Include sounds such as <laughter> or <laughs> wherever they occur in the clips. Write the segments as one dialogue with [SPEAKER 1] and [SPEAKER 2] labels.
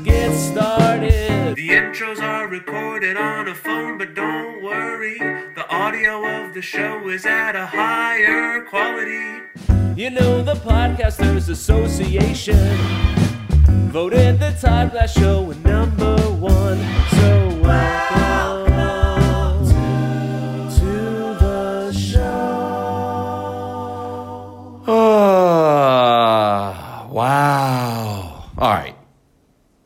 [SPEAKER 1] gets started. The intros are recorded on a phone, but don't worry. The audio of the show is at a higher quality. You know, the Podcasters Association voted the Todd Glass Show a number one. So welcome to the show.
[SPEAKER 2] Ah, wow. All right.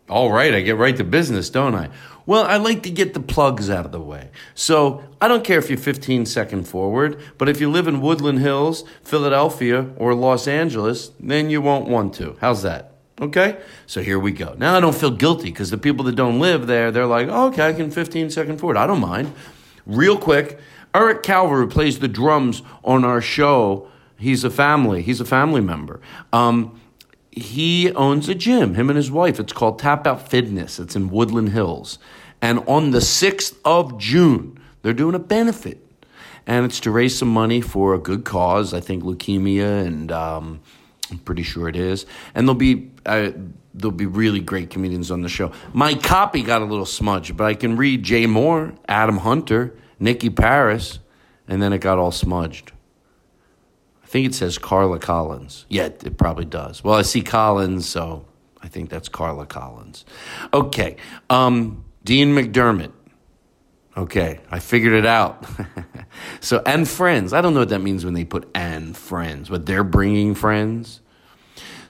[SPEAKER 2] All right, I get right to business, don't I? Well, I like to get the plugs out of the way. So I don't care if you're 15 second forward, but if you live in Woodland Hills, Philadelphia, or Los Angeles, then you won't want to. How's that? Okay? So here we go. Now I don't feel guilty because the people that don't live there, they're like, oh, okay, I can 15 second forward. I don't mind. Real quick, Eric Calver, who plays the drums on our show, he's a family. He's a family member. Um, he owns a gym, him and his wife. It's called Tap Out Fitness. It's in Woodland Hills. And on the 6th of June, they're doing a benefit. And it's to raise some money for a good cause, I think leukemia, and um, I'm pretty sure it is. And there'll be, uh, there'll be really great comedians on the show. My copy got a little smudged, but I can read Jay Moore, Adam Hunter, Nikki Paris, and then it got all smudged. I think it says Carla Collins. Yeah, it probably does. Well, I see Collins, so I think that's Carla Collins. Okay. Um, Dean McDermott. Okay, I figured it out. <laughs> so, and friends. I don't know what that means when they put and friends, but they're bringing friends.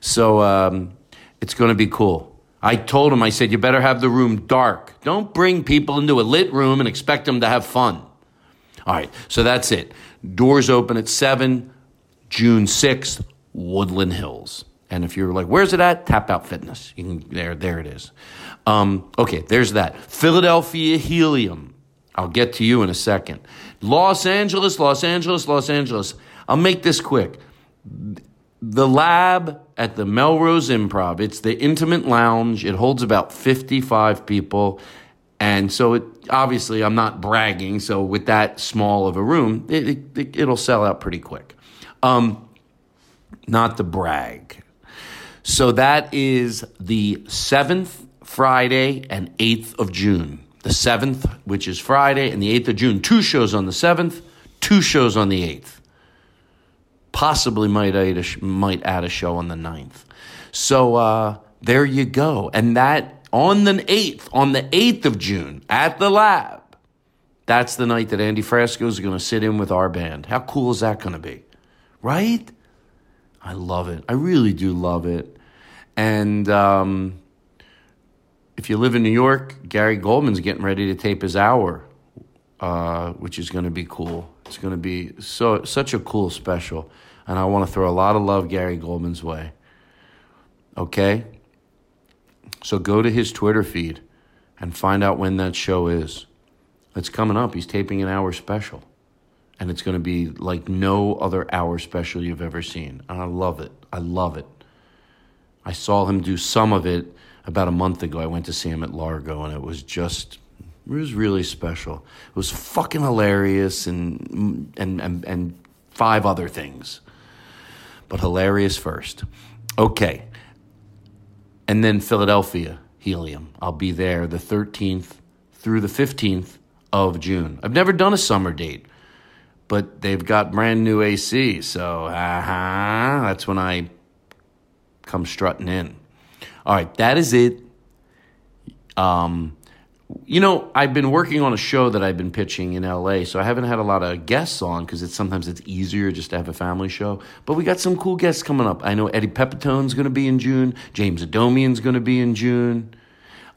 [SPEAKER 2] So, um, it's going to be cool. I told him, I said, you better have the room dark. Don't bring people into a lit room and expect them to have fun. All right, so that's it. Doors open at 7, June 6th, Woodland Hills. And if you're like, where's it at? Tap Out Fitness. You can, there, there it is. Um, okay, there's that. Philadelphia Helium. I'll get to you in a second. Los Angeles, Los Angeles, Los Angeles. I'll make this quick the lab at the Melrose Improv. It's the intimate lounge. It holds about 55 people. And so it obviously I'm not bragging, so with that small of a room, it, it it'll sell out pretty quick. Um not the brag. So that is the 7th Friday and 8th of June. the 7th, which is Friday, and the 8th of June. Two shows on the 7th, two shows on the 8th. Possibly might add a, sh- might add a show on the 9th. So uh, there you go. And that on the 8th, on the 8th of June at the lab, that's the night that Andy Frasco is going to sit in with our band. How cool is that going to be? Right? I love it. I really do love it. And um, if you live in New York, Gary Goldman's getting ready to tape his hour, uh, which is going to be cool. It's going to be so such a cool special, and I want to throw a lot of love Gary Goldman's way. Okay, so go to his Twitter feed and find out when that show is. It's coming up. He's taping an hour special, and it's going to be like no other hour special you've ever seen. And I love it. I love it. I saw him do some of it about a month ago. I went to see him at Largo, and it was just it was really special. It was fucking hilarious, and and and, and five other things, but hilarious first. Okay, and then Philadelphia Helium. I'll be there the 13th through the 15th of June. I've never done a summer date but they've got brand new AC. So uh-huh, that's when I come strutting in. All right, that is it. Um, you know, I've been working on a show that I've been pitching in LA, so I haven't had a lot of guests on because it's sometimes it's easier just to have a family show. But we got some cool guests coming up. I know Eddie Pepitone's going to be in June. James Adomian's going to be in June.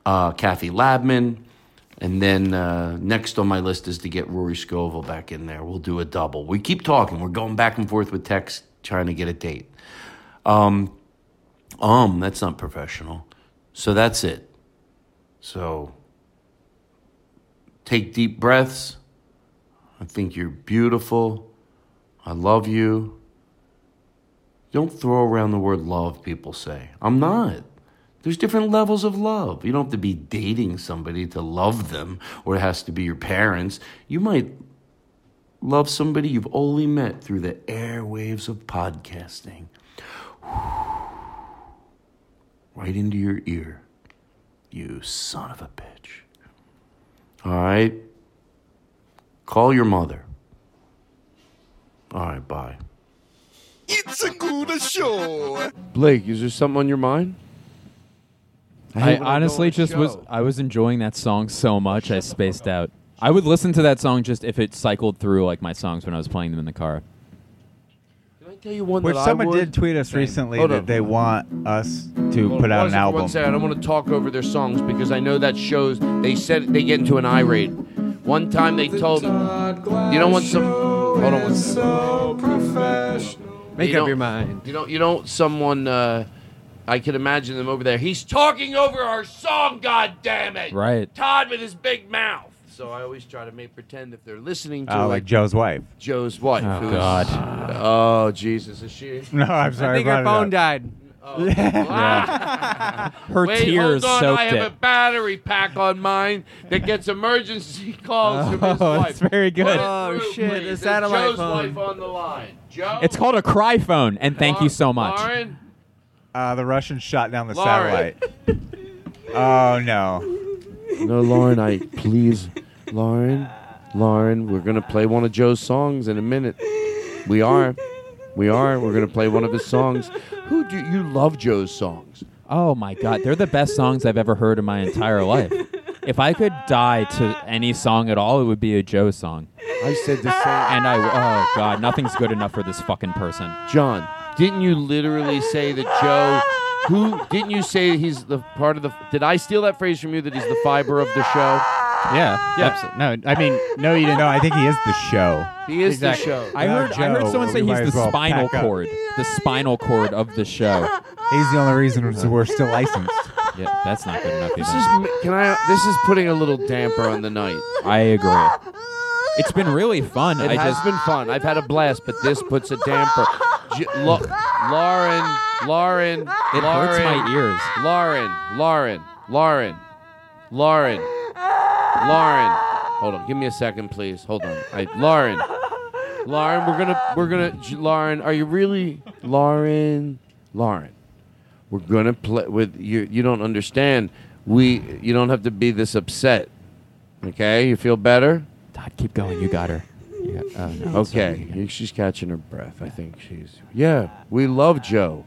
[SPEAKER 2] Uh, Kathy Labman. And then uh, next on my list is to get Rory Scovel back in there. We'll do a double. We keep talking. We're going back and forth with text, trying to get a date. Um, um, that's not professional. So that's it. So take deep breaths. I think you're beautiful. I love you. Don't throw around the word love, people say. I'm not. There's different levels of love. You don't have to be dating somebody to love them, or it has to be your parents. You might love somebody you've only met through the airwaves of podcasting. <sighs> Right into your ear. You son of a bitch. All right? Call your mother. All right, bye.
[SPEAKER 3] It's a good show.
[SPEAKER 2] Blake, is there something on your mind?
[SPEAKER 4] I honestly just was I was enjoying that song so much I spaced out. I would listen to that song just if it cycled through like my songs when I was playing them in the car.
[SPEAKER 2] Can I tell you one
[SPEAKER 5] Which
[SPEAKER 2] that I
[SPEAKER 5] someone
[SPEAKER 2] would?
[SPEAKER 5] did tweet us recently
[SPEAKER 2] Hold
[SPEAKER 5] that
[SPEAKER 2] on.
[SPEAKER 5] they want us to
[SPEAKER 2] Hold
[SPEAKER 5] put
[SPEAKER 2] on
[SPEAKER 5] out
[SPEAKER 2] one
[SPEAKER 5] an
[SPEAKER 2] second, One
[SPEAKER 5] album.
[SPEAKER 2] second, I don't want to talk over their songs because I know that shows they said they get into an irate. One time they told me, you don't want some. Hold on one second.
[SPEAKER 6] Make
[SPEAKER 2] You
[SPEAKER 6] up
[SPEAKER 2] don't-
[SPEAKER 6] your mind.
[SPEAKER 2] You don't. You don't. Someone. Uh, I can imagine them over there. He's talking over our song. God damn it!
[SPEAKER 4] Right.
[SPEAKER 2] Todd with his big mouth. So I always try to make pretend if they're listening to
[SPEAKER 5] Oh,
[SPEAKER 2] like,
[SPEAKER 5] like Joe's wife.
[SPEAKER 2] Joe's wife.
[SPEAKER 4] Oh,
[SPEAKER 2] who's-
[SPEAKER 4] God.
[SPEAKER 2] Oh Jesus, is she?
[SPEAKER 5] <laughs> <laughs> No, I'm sorry.
[SPEAKER 6] I think
[SPEAKER 5] brought
[SPEAKER 6] her
[SPEAKER 5] it up. <laughs>
[SPEAKER 6] phone died.
[SPEAKER 4] Her
[SPEAKER 2] Wait,
[SPEAKER 4] tears
[SPEAKER 2] hold on.
[SPEAKER 4] soaked
[SPEAKER 2] I have
[SPEAKER 4] it.
[SPEAKER 2] a battery pack on mine that gets emergency <laughs> calls from his
[SPEAKER 5] Oh,
[SPEAKER 2] wife.
[SPEAKER 5] that's very good.
[SPEAKER 2] Put it
[SPEAKER 6] Oh,
[SPEAKER 2] through,
[SPEAKER 6] shit,
[SPEAKER 2] please.
[SPEAKER 6] a
[SPEAKER 2] There's
[SPEAKER 6] satellite
[SPEAKER 2] Joe's
[SPEAKER 6] phone.
[SPEAKER 2] wife on the line. Joe.
[SPEAKER 4] It's called a cry phone, and thank you so much.
[SPEAKER 2] Lauren,
[SPEAKER 5] Uh, the Russians shot down the
[SPEAKER 2] Lauren.
[SPEAKER 5] satellite. oh no.
[SPEAKER 2] No, Lauren, I please, Lauren, Lauren, we're gonna play one of Joe's songs in a minute. We are, we are. We're gonna play one of his songs. Who do you love Joe's songs?
[SPEAKER 4] Oh my god, they're the best songs I've ever heard in my
[SPEAKER 2] <laughs>
[SPEAKER 4] entire life. If I could die to any song at all, it would be a Joe song.
[SPEAKER 2] I said the same.
[SPEAKER 4] And I, oh god, nothing's good enough for this fucking person.
[SPEAKER 2] John, didn't you literally say that Joe? Who didn't you say he's the part of the? Did I steal that phrase from you that he's the fiber of the show?
[SPEAKER 6] Yeah.
[SPEAKER 2] Yeah.
[SPEAKER 6] abso- No, I mean, no, you didn't.
[SPEAKER 5] No, I think he is the show.
[SPEAKER 2] <laughs> He is
[SPEAKER 6] Exactly.
[SPEAKER 2] the show.
[SPEAKER 4] I heard, I heard
[SPEAKER 5] Joe,
[SPEAKER 4] someone
[SPEAKER 5] we
[SPEAKER 4] say
[SPEAKER 5] might
[SPEAKER 4] he's
[SPEAKER 5] as
[SPEAKER 4] the
[SPEAKER 5] well
[SPEAKER 4] spinal
[SPEAKER 5] pack up.
[SPEAKER 4] cord, the spinal cord of the show.
[SPEAKER 5] He's the only reason we're
[SPEAKER 4] <laughs>
[SPEAKER 5] still licensed.
[SPEAKER 4] Yeah, that's not good enough.
[SPEAKER 2] This
[SPEAKER 4] either.
[SPEAKER 2] is can I? This is putting a little damper on the night.
[SPEAKER 4] I agree. It's been really fun.
[SPEAKER 2] It
[SPEAKER 4] I
[SPEAKER 2] has
[SPEAKER 4] just
[SPEAKER 2] been fun. I've had a blast, but this puts a damper. J- Lo- Lauren, Lauren,
[SPEAKER 4] it
[SPEAKER 2] Lauren,
[SPEAKER 4] hurts my ears.
[SPEAKER 2] Lauren, Lauren, Lauren, Lauren, Lauren. Hold on, give me a second, please. Hold on, I, Lauren, Lauren. We're gonna, we're gonna, J- Lauren. Are you really, Lauren, Lauren? We're gonna play with you. You don't understand. We, you don't have to be this upset. Okay, you feel better?
[SPEAKER 4] Todd, keep going. You got her. You got- oh, no, sorry.
[SPEAKER 2] Okay, she's catching her breath. I think she's. Yeah, we love Joe.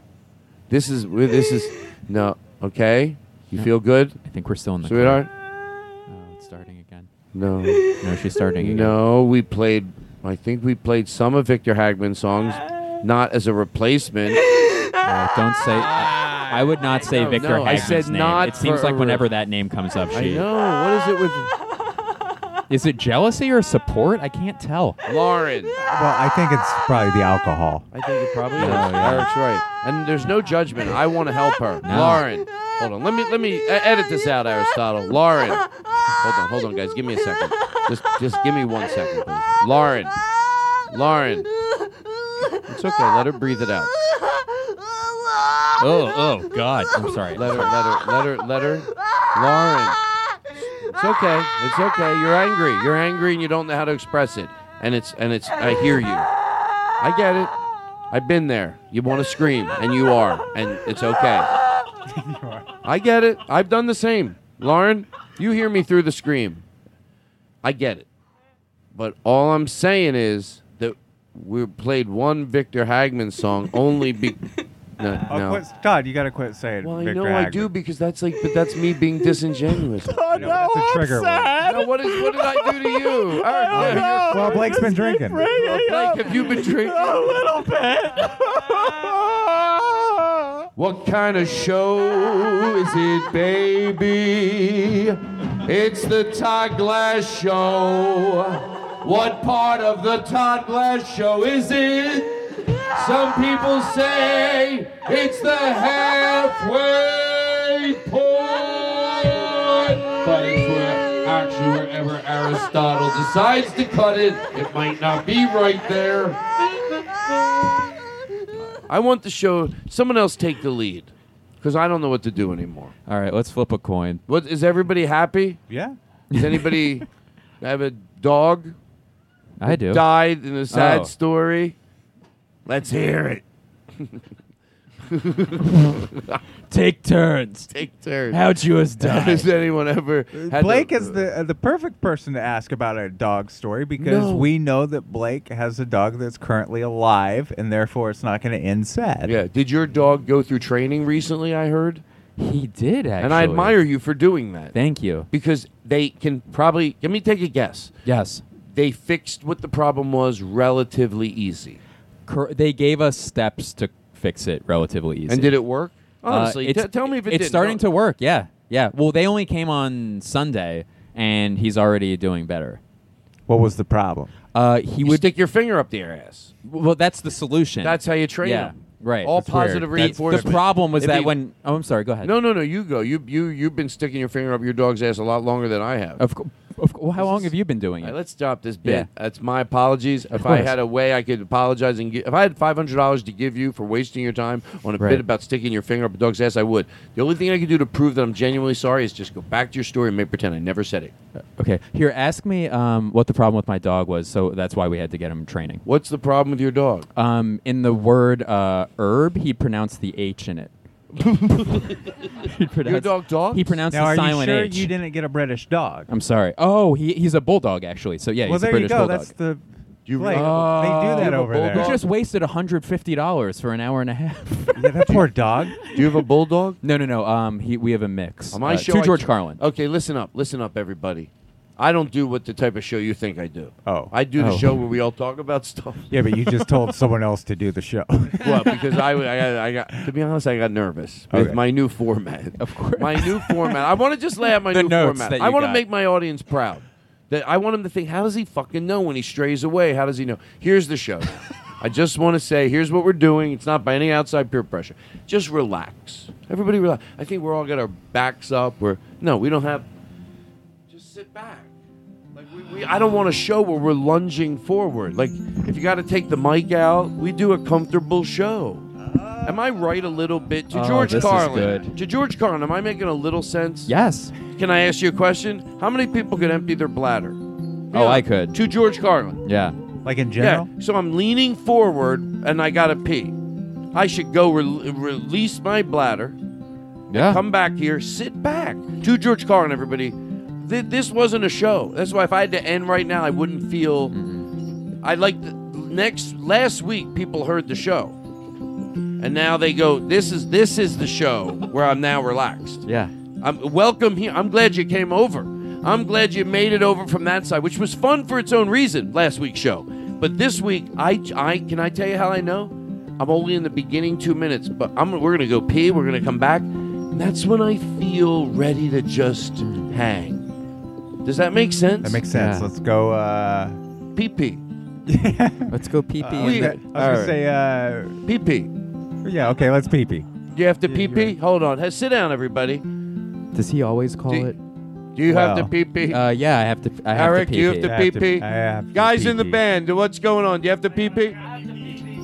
[SPEAKER 2] This is we- this is no. Okay, you feel good,
[SPEAKER 4] I think we're still in the
[SPEAKER 2] sweetheart?
[SPEAKER 4] car. Oh, it's starting again.
[SPEAKER 2] No,
[SPEAKER 4] No, she's starting again.
[SPEAKER 2] no. We played. I think we played some of Victor Hagman songs, not as a replacement.
[SPEAKER 4] <laughs> No, don't say. I, I would not say
[SPEAKER 2] No,
[SPEAKER 4] Victor
[SPEAKER 2] no, I
[SPEAKER 4] Hagman's
[SPEAKER 2] said
[SPEAKER 4] name.
[SPEAKER 2] not
[SPEAKER 4] it seems
[SPEAKER 2] for
[SPEAKER 4] like
[SPEAKER 2] a
[SPEAKER 4] whenever
[SPEAKER 2] re-
[SPEAKER 4] that name comes up,
[SPEAKER 2] I
[SPEAKER 4] she
[SPEAKER 2] know. What is it with
[SPEAKER 4] is it jealousy or support? I can't tell.
[SPEAKER 2] Lauren?
[SPEAKER 5] Well, I think it's probably the alcohol.
[SPEAKER 2] I think it probably is. Eric's right. And there's no judgment. I want to help her.
[SPEAKER 4] No.
[SPEAKER 2] Lauren. Hold on. Let me let me e- edit this out, Aristotle. Lauren. Hold on, hold on, guys. Give me a second. Just just give me one second, please. Lauren. Lauren. It's okay. Let her breathe it out.
[SPEAKER 4] Oh, oh God! I'm sorry.
[SPEAKER 2] Let her let her let her let her. Lauren. It's okay. It's okay. You're angry. You're angry and you don't know how to express it. And it's and it's I hear you. I get it. I've been there. You want to scream and you are and it's okay. <laughs>
[SPEAKER 5] <laughs>
[SPEAKER 2] I get it. I've done the same. Lauren, you hear me through the scream. I get it. But all I'm saying is that we played one Victor Hagman song only
[SPEAKER 5] <laughs>
[SPEAKER 2] be no,
[SPEAKER 5] Oh,
[SPEAKER 2] no.
[SPEAKER 5] quit, Todd, you got to quit saying
[SPEAKER 2] Well, I
[SPEAKER 5] Victor
[SPEAKER 2] know I do
[SPEAKER 5] Hagman.
[SPEAKER 2] because that's like, but that's me being
[SPEAKER 5] <laughs>
[SPEAKER 2] disingenuous.
[SPEAKER 5] I know, that's a trigger word.
[SPEAKER 2] Now, what is what did <laughs> I do to you? Eric,
[SPEAKER 5] Well, Blake's been drinking.
[SPEAKER 2] Blake, have you been drinking? A little bit. <laughs> what kind of show is it, baby? It's the Todd Glass Show. What part of the Todd Glass Show is it? Some people say it's the halfway point, but it's where actually wherever Aristotle decides to cut it, it might not be right there. I want the show. Someone else take the lead, because I don't know what to do anymore.
[SPEAKER 4] All right, let's flip a coin.
[SPEAKER 2] What is everybody happy?
[SPEAKER 5] Yeah.
[SPEAKER 2] Does anybody have a dog
[SPEAKER 4] I do.
[SPEAKER 2] died in a sad
[SPEAKER 4] Oh.
[SPEAKER 2] story? Let's hear it.
[SPEAKER 4] <laughs> Take turns.
[SPEAKER 2] Take turns.
[SPEAKER 4] How'd you as
[SPEAKER 2] <laughs> Has anyone ever? Had
[SPEAKER 5] Blake
[SPEAKER 2] to-
[SPEAKER 5] is the uh, the perfect person to ask about a dog story because
[SPEAKER 2] No.
[SPEAKER 5] we know that Blake has a dog that's currently alive, and therefore it's not going to end sad.
[SPEAKER 2] Yeah. Did your dog go through training recently? I heard,
[SPEAKER 4] He did actually.
[SPEAKER 2] and I admire you for doing that
[SPEAKER 4] Thank you.
[SPEAKER 2] because they can probably. Let me take a guess.
[SPEAKER 4] Yes.
[SPEAKER 2] They fixed what the problem was relatively easy.
[SPEAKER 4] Cor- they gave us steps to fix it relatively easy.
[SPEAKER 2] And did it work?
[SPEAKER 4] Uh,
[SPEAKER 2] Honestly,
[SPEAKER 4] it's-
[SPEAKER 2] t- tell me if it
[SPEAKER 4] it's
[SPEAKER 2] didn't.
[SPEAKER 4] starting
[SPEAKER 2] No.
[SPEAKER 4] to work. Yeah, yeah. Well, they only came on Sunday, and he's already doing better.
[SPEAKER 5] What was the problem?
[SPEAKER 4] Uh, he
[SPEAKER 2] You
[SPEAKER 4] would.
[SPEAKER 2] stick your finger up their ass.
[SPEAKER 4] well, that's the solution.
[SPEAKER 2] That's how you train
[SPEAKER 4] yeah,
[SPEAKER 2] them.
[SPEAKER 4] right.
[SPEAKER 2] All
[SPEAKER 4] That's weird.
[SPEAKER 2] positive
[SPEAKER 4] That's-
[SPEAKER 2] reinforcement.
[SPEAKER 4] The problem was
[SPEAKER 2] If
[SPEAKER 4] that
[SPEAKER 2] he-
[SPEAKER 4] when. Oh, I'm sorry. Go ahead.
[SPEAKER 2] No, no, no. You go. You you you've been sticking your finger up your dog's ass a lot longer than I have.
[SPEAKER 4] Of, co- of co- well, how long have you been doing
[SPEAKER 2] All right,
[SPEAKER 4] it?
[SPEAKER 2] let's stop this bit.
[SPEAKER 4] Yeah.
[SPEAKER 2] That's my apologies. If I
[SPEAKER 4] course.
[SPEAKER 2] had a way I could apologize and gi- if I had five hundred dollars to give you for wasting your time on a
[SPEAKER 4] Right.
[SPEAKER 2] bit about sticking your finger up a dog's ass, I would. The only thing I could do to prove that I'm genuinely sorry is just go back to your story and make pretend I never said it.
[SPEAKER 4] Okay. Here, ask me um, what the problem with my dog was. So that's why we had to get him training.
[SPEAKER 2] What's the problem with your dog?
[SPEAKER 4] Um, in the word uh, herb, he pronounced the H in it. he pronounced,
[SPEAKER 2] dog dogs?
[SPEAKER 4] He pronounced
[SPEAKER 5] now,
[SPEAKER 4] the
[SPEAKER 5] are you
[SPEAKER 4] silent
[SPEAKER 5] sure
[SPEAKER 4] H.
[SPEAKER 5] you didn't get a British dog?
[SPEAKER 4] I'm sorry. Oh, he, he's a bulldog actually. So yeah,
[SPEAKER 5] well,
[SPEAKER 4] he's a
[SPEAKER 5] there you
[SPEAKER 4] British
[SPEAKER 5] go.
[SPEAKER 4] bulldog.
[SPEAKER 5] That's the.
[SPEAKER 2] You
[SPEAKER 5] Blake,
[SPEAKER 2] really-
[SPEAKER 5] they do
[SPEAKER 4] Oh.
[SPEAKER 5] that
[SPEAKER 2] You have a
[SPEAKER 5] over there.
[SPEAKER 4] we
[SPEAKER 2] bulldog?
[SPEAKER 4] just wasted $150 for an hour and a half.
[SPEAKER 5] <laughs> yeah, that poor dog.
[SPEAKER 2] Do you have a bulldog?
[SPEAKER 4] no, no, no. Um, he, we have a mix.
[SPEAKER 2] On my
[SPEAKER 4] Uh,
[SPEAKER 2] show,
[SPEAKER 4] to
[SPEAKER 2] I-
[SPEAKER 4] George Carlin.
[SPEAKER 2] Okay, listen up, listen up, everybody. I don't do what the type of show you think I do.
[SPEAKER 5] Oh.
[SPEAKER 2] I do the
[SPEAKER 4] Oh.
[SPEAKER 2] show where we all talk about stuff.
[SPEAKER 5] <laughs> Yeah, but
[SPEAKER 2] <laughs>
[SPEAKER 5] you just told someone else to do the show. <laughs>
[SPEAKER 2] Well, because I, I, got, I got to be honest, I got nervous with
[SPEAKER 5] Okay.
[SPEAKER 2] my new format.
[SPEAKER 4] Of course.
[SPEAKER 2] my new
[SPEAKER 4] <laughs>
[SPEAKER 2] format. I want to just lay out my
[SPEAKER 4] The
[SPEAKER 2] new
[SPEAKER 4] notes
[SPEAKER 2] format.
[SPEAKER 4] that you
[SPEAKER 2] I want to
[SPEAKER 4] got.
[SPEAKER 2] make my audience proud. That I want them to think, how does he fucking know when he strays away? How does he know? Here's the
[SPEAKER 4] <laughs>
[SPEAKER 2] show. I just want to say, here's what we're doing. It's not by any outside peer pressure. Just relax. Everybody relax. I think we're all got our backs up. We're no, we don't have. Just sit back. Like we, we, I don't want a show where we're lunging forward. Like if you got to take the mic out, we do a comfortable show. Am I right a little bit to
[SPEAKER 4] Ah. Oh,
[SPEAKER 2] George
[SPEAKER 4] this is
[SPEAKER 2] Carlin?
[SPEAKER 4] good.
[SPEAKER 2] To George Carlin, am I making a little sense?
[SPEAKER 4] yes.
[SPEAKER 2] Can I ask you a question? How many people could empty their bladder?
[SPEAKER 4] Oh, I could.
[SPEAKER 2] To George Carlin.
[SPEAKER 4] Yeah.
[SPEAKER 5] like in general?
[SPEAKER 2] Yeah. So I'm leaning forward and I gotta pee. I should go rel release my bladder
[SPEAKER 4] Yeah.
[SPEAKER 2] come back here, sit back. To George Carlin, everybody, Th- this wasn't a show. That's why if I had to end right now, I wouldn't feel. I like the next last week people heard the show, and now they go. This is this is the show where I'm now relaxed.
[SPEAKER 4] Yeah.
[SPEAKER 2] I'm welcome here. I'm glad you came over. I'm glad you made it over from that side, which was fun for its own reason last week's show. But this week, I, I can I tell you how I know? I'm only in the beginning two minutes, but I'm we're gonna go pee. We're gonna come back. And that's when I feel ready to just hang. Does that make sense?
[SPEAKER 5] That makes sense.
[SPEAKER 4] Yeah.
[SPEAKER 5] Let's go. Uh,
[SPEAKER 2] Pee pee,
[SPEAKER 5] <laughs>
[SPEAKER 4] Let's go pee pee.
[SPEAKER 5] I was
[SPEAKER 2] Yeah.
[SPEAKER 5] gonna- I was gonna
[SPEAKER 2] pee pee.
[SPEAKER 5] say. Uh, yeah. Okay. Let's pee pee.
[SPEAKER 2] You have to pee pee. Hold on. Hey, sit down, everybody. Do
[SPEAKER 4] Does he always call
[SPEAKER 2] Do-
[SPEAKER 4] it?
[SPEAKER 2] you have to
[SPEAKER 5] Well,
[SPEAKER 2] pee pee?
[SPEAKER 4] Uh, yeah, I have to. I have
[SPEAKER 2] Eric,
[SPEAKER 4] to pee
[SPEAKER 2] you have to pee pee.
[SPEAKER 5] I have to
[SPEAKER 2] Guys in the
[SPEAKER 5] pee-pee.
[SPEAKER 2] band, what's going on? Do you have to pee pee?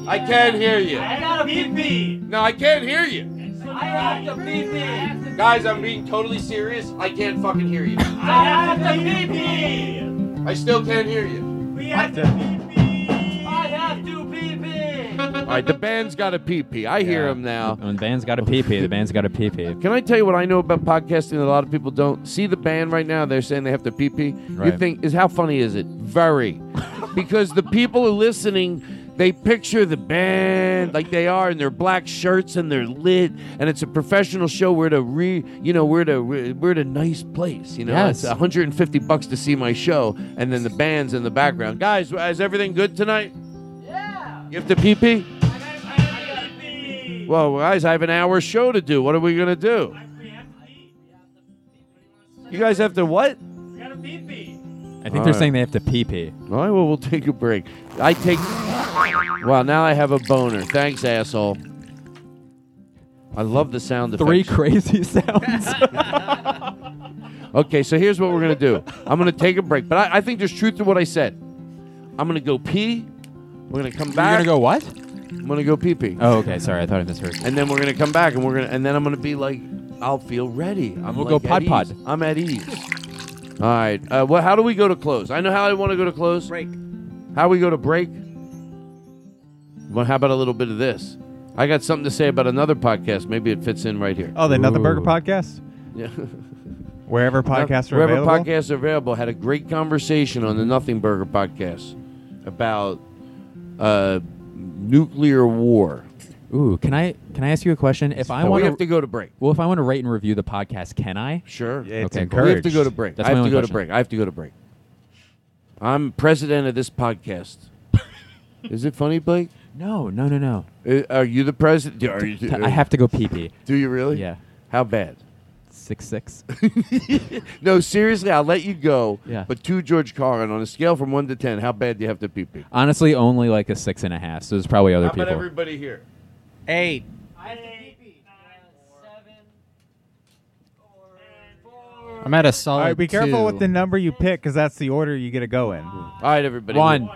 [SPEAKER 2] I can't hear you.
[SPEAKER 7] gotta pee pee.
[SPEAKER 2] No, I can't hear you.
[SPEAKER 7] I have to pee pee.
[SPEAKER 2] Guys, I'm being totally serious. I can't fucking hear you.
[SPEAKER 7] I have to pee pee.
[SPEAKER 2] I still can't hear you.
[SPEAKER 7] We have to pee pee. I have to pee pee.
[SPEAKER 2] <laughs> All right, the band's got to pee pee. I hear him now.
[SPEAKER 4] When the band's got a pee pee, the band's got a pee pee.
[SPEAKER 2] Can I tell you what I know about podcasting that a lot of people don't? See the band right now, they're saying they have to pee pee. You
[SPEAKER 4] Right.
[SPEAKER 2] think is how funny is it? Very. because the people who are listening, they picture the band like they are in their black shirts and they're lit and it's a professional show. We're at a re you know, we're at a re- we're at a nice place, you know.
[SPEAKER 4] Yes.
[SPEAKER 2] It's 150 bucks to see my show and then the band's in the background. Guys, is everything good tonight? Yeah. You have to pee pee? Well, guys, I have an hour show to do. What are we gonna do? You guys have to what?
[SPEAKER 4] I think they're saying they have to pee pee.
[SPEAKER 2] All right, well, we'll take a break. I take. Wow, now I have a boner. Thanks, asshole. I love <laughs> the sound effects. <laughs>
[SPEAKER 4] Three crazy <laughs> sounds.
[SPEAKER 2] Okay, so here's what we're gonna do. I'm gonna take a break, but I, I think there's truth to what I said. I'm gonna go pee. We're gonna come
[SPEAKER 4] You're
[SPEAKER 2] back.
[SPEAKER 4] gonna go what?
[SPEAKER 2] I'm gonna go pee pee,
[SPEAKER 4] Oh, okay. Sorry, I thought I misheard.
[SPEAKER 2] and then we're gonna come back, and we're gonna, and then I'm gonna be like, I'll feel ready. I'm
[SPEAKER 4] we'll go
[SPEAKER 2] like at
[SPEAKER 4] pod pod.
[SPEAKER 2] ease. I'm at ease. All right. Uh, well, how do we go to close? I know how I want to go to close.
[SPEAKER 5] Break.
[SPEAKER 2] How we go to break? Well, how about a little bit of this? I got something to say about another podcast. Maybe it fits in right here.
[SPEAKER 5] Oh, the Nothing Burger
[SPEAKER 4] Ooh. <laughs>
[SPEAKER 5] podcast.
[SPEAKER 2] Yeah.
[SPEAKER 5] Wherever podcasts are
[SPEAKER 2] Wherever
[SPEAKER 5] available.
[SPEAKER 2] podcasts are available, had a great conversation on the Nothing Burger podcast about uh, nuclear war.
[SPEAKER 4] Ooh, can I can I ask you a question? If I
[SPEAKER 2] But we
[SPEAKER 4] want
[SPEAKER 2] have to go to break.
[SPEAKER 4] well, if I want to rate and review the podcast, can I?
[SPEAKER 2] Sure.
[SPEAKER 5] Yeah, it's
[SPEAKER 4] Okay, cool.
[SPEAKER 2] We
[SPEAKER 5] encouraged.
[SPEAKER 2] have to go to break.
[SPEAKER 4] That's
[SPEAKER 2] I
[SPEAKER 4] my
[SPEAKER 2] have to
[SPEAKER 4] only
[SPEAKER 2] go to
[SPEAKER 4] question.
[SPEAKER 2] break. I have to go to break. I'm president of this
[SPEAKER 4] <laughs>
[SPEAKER 2] podcast. Is it funny, Blake?
[SPEAKER 4] No, no, no, no.
[SPEAKER 2] Uh, Are you the president? Are
[SPEAKER 4] T-
[SPEAKER 2] you,
[SPEAKER 4] I have to go pee pee.
[SPEAKER 2] Do you really?
[SPEAKER 4] Yeah.
[SPEAKER 2] How bad?
[SPEAKER 4] Six six.
[SPEAKER 2] <laughs> No, seriously, I'll let you go.
[SPEAKER 4] Yeah.
[SPEAKER 2] But to George Carlin, on a scale from one to ten, how bad do you have to pee pee?
[SPEAKER 4] Honestly, only like a six and a half. So there's probably other
[SPEAKER 2] How about
[SPEAKER 4] people.
[SPEAKER 2] everybody here?
[SPEAKER 6] Eight. I'm at a solid.
[SPEAKER 5] All right, be careful
[SPEAKER 6] two.
[SPEAKER 5] with the number you pick, because that's the order you get to go in.
[SPEAKER 2] All right, everybody.
[SPEAKER 4] One.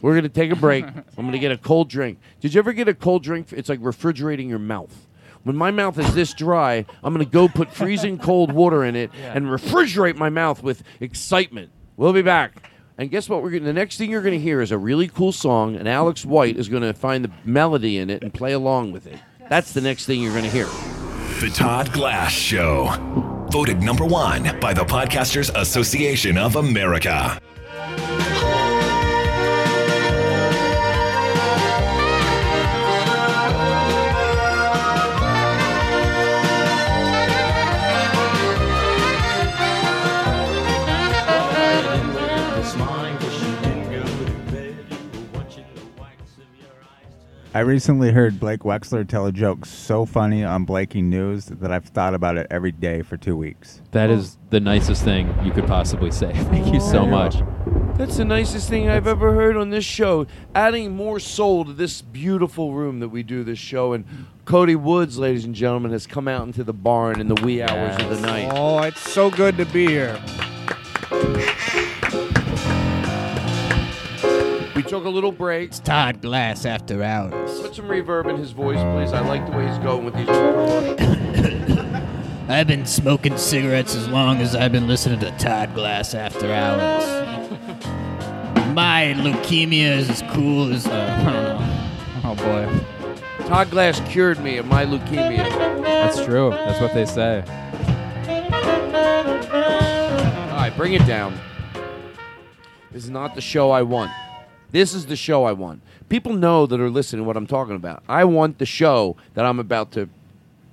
[SPEAKER 2] We're gonna take a break. <laughs> I'm gonna get a cold drink. Did you ever get a cold drink? It's like refrigerating your mouth. When my mouth is this dry, I'm gonna go put freezing cold water in it and refrigerate my mouth with excitement. We'll be back. And guess what? We're gonna, the next thing you're gonna hear is a really cool song, and Alex White is gonna find the melody in it and play along with it. That's the next thing you're gonna hear.
[SPEAKER 3] The Todd Glass Show. Voted number one by the Podcasters Association of America.
[SPEAKER 5] I recently heard Blake Wexler tell a joke so funny on Blakey News that I've thought about it every day for two weeks.
[SPEAKER 4] That is the nicest thing you could possibly say. <laughs> Thank you so much.
[SPEAKER 2] That's the nicest thing I've ever heard on this show. Adding more soul to this beautiful room that we do this show. And Cody Woods, ladies and gentlemen, has come out into the barn in the wee hours of the night.
[SPEAKER 6] Oh, it's so good to be here.
[SPEAKER 2] We took a little break.
[SPEAKER 6] Todd Glass after hours.
[SPEAKER 2] Put some reverb in his voice, please. I like the way he's going with these.
[SPEAKER 6] I've been smoking cigarettes as long as I've been listening to Todd Glass after hours. My leukemia is as cool as uh, I don't know. Oh boy.
[SPEAKER 2] Todd Glass cured me of my leukemia.
[SPEAKER 4] That's true. That's what they say.
[SPEAKER 2] Bring it down. This is not the show I want. This is the show I want. People know that are listening what I'm talking about. I want the show that I'm about to.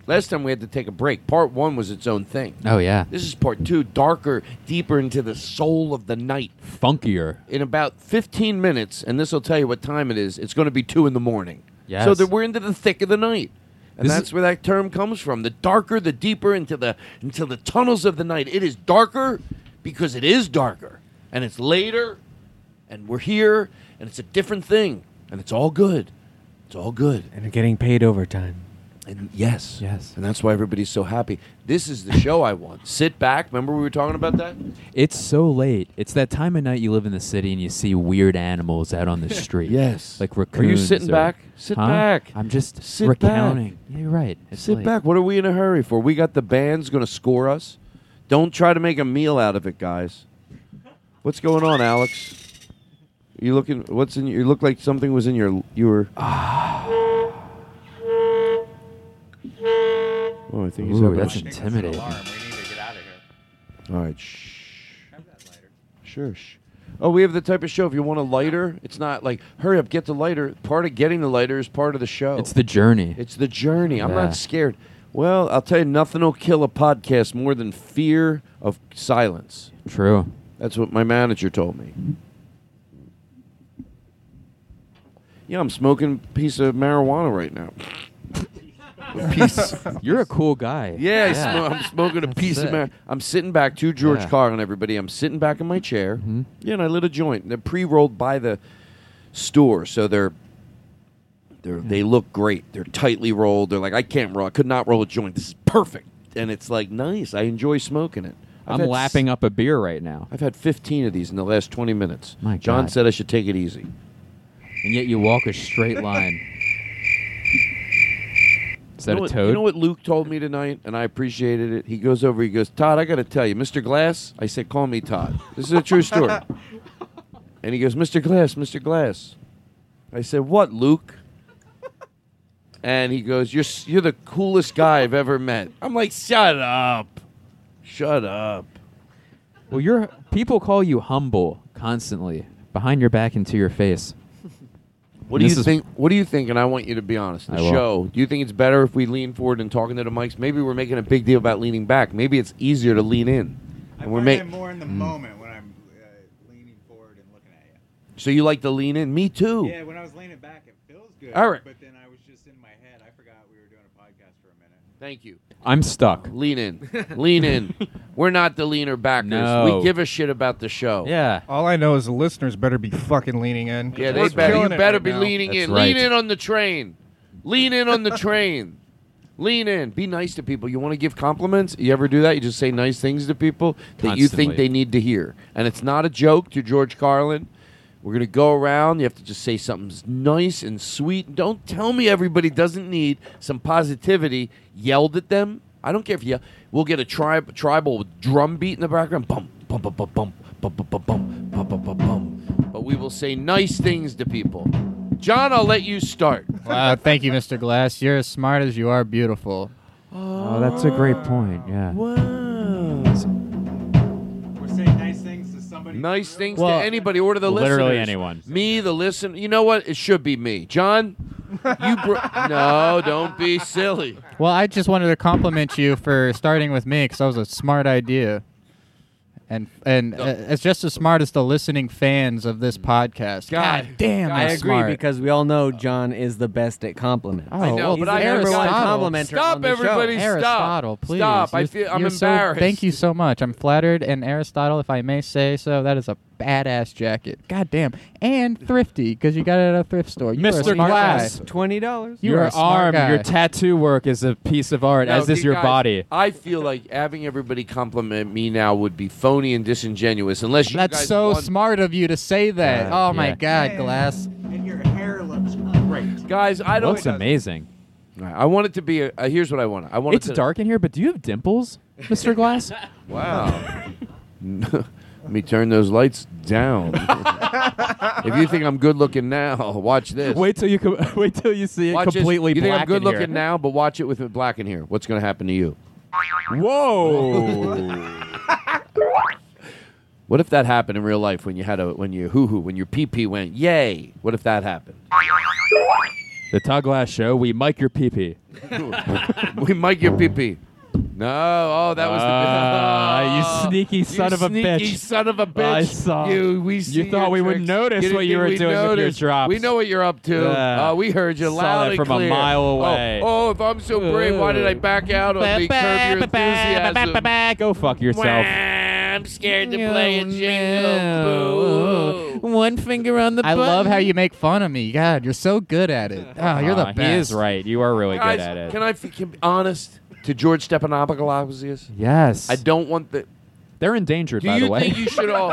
[SPEAKER 2] Last time we had to take a break. Part one was its own thing.
[SPEAKER 4] Oh, yeah.
[SPEAKER 2] This is part two, darker, deeper into the soul of the night.
[SPEAKER 4] Funkier.
[SPEAKER 2] In about 15 minutes, and this will tell you what time it is, it's going to be two in the morning.
[SPEAKER 4] Yes.
[SPEAKER 2] So that we're into the thick of the night. And
[SPEAKER 4] This is-
[SPEAKER 2] that's where that term comes from. The darker, the deeper into the into the tunnels of the night. It is darker because it is darker. And it's later and we're here and it's a different thing. And it's all good. It's all good.
[SPEAKER 8] And getting paid overtime.
[SPEAKER 2] And yes. Yes. And that's why everybody's so happy. This is the show I want. Sit back. Remember we were talking about that?
[SPEAKER 4] It's so late. It's that time of night you live in the city and you see weird animals
[SPEAKER 2] <laughs>
[SPEAKER 4] out on the street.
[SPEAKER 2] Yes.
[SPEAKER 4] Like
[SPEAKER 2] Are
[SPEAKER 4] raccoons.
[SPEAKER 2] you sitting
[SPEAKER 4] or-
[SPEAKER 2] back? Sit
[SPEAKER 4] Huh?
[SPEAKER 2] back.
[SPEAKER 4] I'm just
[SPEAKER 2] Sit
[SPEAKER 4] recounting.
[SPEAKER 2] Back.
[SPEAKER 4] Yeah, you're right. It's
[SPEAKER 2] Sit
[SPEAKER 4] late.
[SPEAKER 2] back. What are we in a hurry for? We got the band's going to score us. Don't try to make a meal out of it, guys. What's going on, Alex? You looking? What's in? You look like something was in your. You
[SPEAKER 4] <sighs>
[SPEAKER 2] were. Oh, I think he's
[SPEAKER 4] Ooh,
[SPEAKER 2] having a-
[SPEAKER 4] that's intimidating.
[SPEAKER 2] All right. Shh. Sure. Shh. Oh, we have the type of show. If you want a lighter, it's not like hurry up, get the lighter. Part of getting the lighter is part of the show.
[SPEAKER 4] It's the journey.
[SPEAKER 2] It's the journey. I'm
[SPEAKER 4] Yeah.
[SPEAKER 2] not scared. Well, I'll tell you, nothing will kill a podcast more than fear of silence.
[SPEAKER 4] True.
[SPEAKER 2] That's what my manager told me. Yeah, I'm smoking a piece of marijuana right
[SPEAKER 4] <laughs>
[SPEAKER 2] now. A piece.
[SPEAKER 4] You're a cool guy.
[SPEAKER 2] Yeah, I
[SPEAKER 4] Yeah.
[SPEAKER 2] smo- I'm smoking a
[SPEAKER 4] That's
[SPEAKER 2] piece
[SPEAKER 4] sick.
[SPEAKER 2] of marijuana. I'm sitting back to George
[SPEAKER 4] Yeah. Mm-hmm.
[SPEAKER 2] Carlin, everybody. I'm sitting back in my chair. Yeah, and I lit a joint. They're pre-rolled by the store, so they're they're they look great. They're tightly rolled. They're like I can't roll. I could not roll a joint. This is perfect. And it's like nice. I enjoy smoking it.
[SPEAKER 4] I'm lapping up a beer right now.
[SPEAKER 2] I've had 15 of these in the last 20 minutes.
[SPEAKER 4] My
[SPEAKER 2] John
[SPEAKER 4] God.
[SPEAKER 2] said I should take it easy.
[SPEAKER 4] And yet you walk a straight line. Is that
[SPEAKER 2] you know
[SPEAKER 4] a
[SPEAKER 2] what-
[SPEAKER 4] toad?
[SPEAKER 2] You know what Luke told me tonight, and I appreciated it. He goes over, he goes, Todd, I got to tell you, Mr. Glass. I said, call me Todd. This is a true story. and he goes, Mr. Glass, Mr. Glass. I said, what, Luke? And he goes, you're s- you're the coolest guy I've ever met. I'm like, shut up, shut up.
[SPEAKER 4] Well, you're people call you humble constantly, behind your back and to your face.
[SPEAKER 2] What do
[SPEAKER 4] And this
[SPEAKER 2] you
[SPEAKER 4] is-
[SPEAKER 2] think? What do you think? And I want you to be honest. The
[SPEAKER 4] I will.
[SPEAKER 2] show. Do you think it's better if we lean forward and talking to the mics? Maybe we're making a big deal about leaning back. Maybe it's easier to lean in. And we're making
[SPEAKER 5] more in the
[SPEAKER 4] Mm.
[SPEAKER 5] moment when I'm.
[SPEAKER 2] So you like to lean in? Me too.
[SPEAKER 5] Yeah, when I was leaning back, it feels good.
[SPEAKER 2] All right.
[SPEAKER 5] But then I was just in my head. I forgot we were doing a podcast for a minute.
[SPEAKER 2] Thank you.
[SPEAKER 4] I'm stuck.
[SPEAKER 2] Lean in. lean
[SPEAKER 4] <laughs>
[SPEAKER 2] in. We're not the leaner backers.
[SPEAKER 4] No.
[SPEAKER 2] We give a shit about the show.
[SPEAKER 8] All I know is the listeners better be fucking leaning in.
[SPEAKER 2] Yeah, they
[SPEAKER 8] We're
[SPEAKER 2] better. You
[SPEAKER 8] killing it
[SPEAKER 2] better
[SPEAKER 8] right
[SPEAKER 2] be
[SPEAKER 8] now.
[SPEAKER 2] leaning in. Lean in on the train. Lean in on the <laughs> train. Lean in. Be nice to people. You want to give compliments? You ever do that? You just say nice things to people that you think
[SPEAKER 4] Constantly.
[SPEAKER 2] they need to hear. And it's not a joke to George Carlin. We're going to go around. You have to just say something nice and sweet. Don't tell me everybody doesn't need some positivity yelled at them. I don't care if you. We'll get a tribe, tribal drum beat in the background. Bump, bump, bump, bump, bump, bump, bump, bump, bump, bump, bump, bump, bump. But we will say nice things to people. John, I'll let you start.
[SPEAKER 6] Wow, thank you, Mr. Glass. You're as smart as you are beautiful.
[SPEAKER 4] Oh, that's a great point. Yeah.
[SPEAKER 5] We're saying nice things to somebody.
[SPEAKER 2] Nice things
[SPEAKER 5] Well,
[SPEAKER 2] to anybody or to the listeners.
[SPEAKER 4] literally anyone.
[SPEAKER 2] Me, the listener. You know what? It should be me. John, you.
[SPEAKER 4] <laughs>
[SPEAKER 2] Br- no, don't be silly.
[SPEAKER 6] Well, I just wanted to compliment you for starting with me because that was a smart idea, and and uh, it's just as smart as the listening fans of this podcast. God, damn,
[SPEAKER 8] I
[SPEAKER 6] that's
[SPEAKER 8] agree
[SPEAKER 6] smart. Oh,
[SPEAKER 8] because we all know John is the best at compliments.
[SPEAKER 6] I know,
[SPEAKER 8] He's
[SPEAKER 6] but I
[SPEAKER 8] the number
[SPEAKER 6] gotta
[SPEAKER 8] one
[SPEAKER 6] stop.
[SPEAKER 8] complimenter
[SPEAKER 2] Stop,
[SPEAKER 8] on the
[SPEAKER 2] everybody,
[SPEAKER 8] show.
[SPEAKER 2] stop.
[SPEAKER 6] Aristotle, please.
[SPEAKER 2] Stop. I
[SPEAKER 6] You're-
[SPEAKER 2] feel- I'm
[SPEAKER 6] you're so-
[SPEAKER 2] embarrassed.
[SPEAKER 6] thank you so much. I'm flattered. And Aristotle, if I may say so, that is a badass jacket. God damn. And thrifty because you got it at a thrift store. You are a
[SPEAKER 4] Mr.
[SPEAKER 6] smart
[SPEAKER 4] Glass.
[SPEAKER 6] guy.
[SPEAKER 8] Twenty dollars.
[SPEAKER 6] You
[SPEAKER 4] your
[SPEAKER 6] are a smart
[SPEAKER 4] arm,
[SPEAKER 6] guy.
[SPEAKER 4] your tattoo work is a piece of
[SPEAKER 2] <laughs>
[SPEAKER 4] art,
[SPEAKER 2] No,
[SPEAKER 4] as is
[SPEAKER 2] you
[SPEAKER 4] your
[SPEAKER 2] guys,
[SPEAKER 4] body.
[SPEAKER 2] I feel like having everybody compliment me now would be phony and disingenuous, unless you
[SPEAKER 6] That's
[SPEAKER 2] guys
[SPEAKER 6] so
[SPEAKER 2] want-
[SPEAKER 6] smart of you to say that.
[SPEAKER 2] Yeah,
[SPEAKER 6] oh my
[SPEAKER 2] yeah.
[SPEAKER 6] God, Glass.
[SPEAKER 5] And your hair looks great.
[SPEAKER 2] Guys, I don't.
[SPEAKER 4] Looks amazing.
[SPEAKER 2] All right, I want it to be. A, uh, here's what I want. I want
[SPEAKER 4] It's
[SPEAKER 2] it to,
[SPEAKER 4] dark in here, but do you have dimples, Mr. Glass?
[SPEAKER 2] Wow. Let Oh. <laughs> me turn those lights down. if you think I'm good looking now, watch this.
[SPEAKER 4] wait till you <laughs> co- <laughs> wait till you see it
[SPEAKER 2] Watch this.
[SPEAKER 4] completely
[SPEAKER 2] You think
[SPEAKER 4] black
[SPEAKER 2] I'm good
[SPEAKER 4] in
[SPEAKER 2] looking
[SPEAKER 4] here.
[SPEAKER 2] now, but watch it with it black in here. What's going to happen to you?
[SPEAKER 4] Whoa.
[SPEAKER 2] <laughs> What if that happened in real life when you had a when your hoo hoo when your pee pee went yay? What if that happened?
[SPEAKER 4] The Todd Glass Show, we mic your pee pee.
[SPEAKER 2] <laughs> we mic your pee pee. No, oh, that was <laughs>
[SPEAKER 4] Ah,
[SPEAKER 2] the
[SPEAKER 4] you sneaky
[SPEAKER 2] You
[SPEAKER 4] son of a bitch.
[SPEAKER 2] sneaky son of a bitch.
[SPEAKER 4] I saw.
[SPEAKER 2] you. We
[SPEAKER 4] You
[SPEAKER 2] see
[SPEAKER 4] thought
[SPEAKER 2] your
[SPEAKER 4] we would
[SPEAKER 2] tricks.
[SPEAKER 4] notice
[SPEAKER 2] didn't
[SPEAKER 4] what you
[SPEAKER 2] think
[SPEAKER 4] were
[SPEAKER 2] we'd
[SPEAKER 4] doing with your
[SPEAKER 2] notice.
[SPEAKER 4] drops.
[SPEAKER 2] We know what you're up to.
[SPEAKER 4] Yeah.
[SPEAKER 2] Uh, we heard you
[SPEAKER 4] Saw
[SPEAKER 2] loud
[SPEAKER 4] that
[SPEAKER 2] and
[SPEAKER 4] from a
[SPEAKER 2] clear.
[SPEAKER 4] mile
[SPEAKER 2] Oh,
[SPEAKER 4] away.
[SPEAKER 2] Oh, if I'm so brave, why did I back out on the curb your enthusiasm?
[SPEAKER 4] Go fuck yourself.
[SPEAKER 2] I'm scared to play a jingle.
[SPEAKER 4] Oh, One finger on the
[SPEAKER 6] I love how you make fun of me. God, you're so good at it. Oh, you're the
[SPEAKER 4] Aw,
[SPEAKER 6] best.
[SPEAKER 4] He is right. You are really
[SPEAKER 2] Guys,
[SPEAKER 4] good at it.
[SPEAKER 2] Can I f- can be honest to George Stephanopoulos?
[SPEAKER 4] yes.
[SPEAKER 2] I don't want the.
[SPEAKER 4] They're
[SPEAKER 2] <laughs>
[SPEAKER 4] endangered,
[SPEAKER 2] Do
[SPEAKER 4] by
[SPEAKER 2] you
[SPEAKER 4] the way.
[SPEAKER 2] think
[SPEAKER 4] <laughs>
[SPEAKER 2] you should all?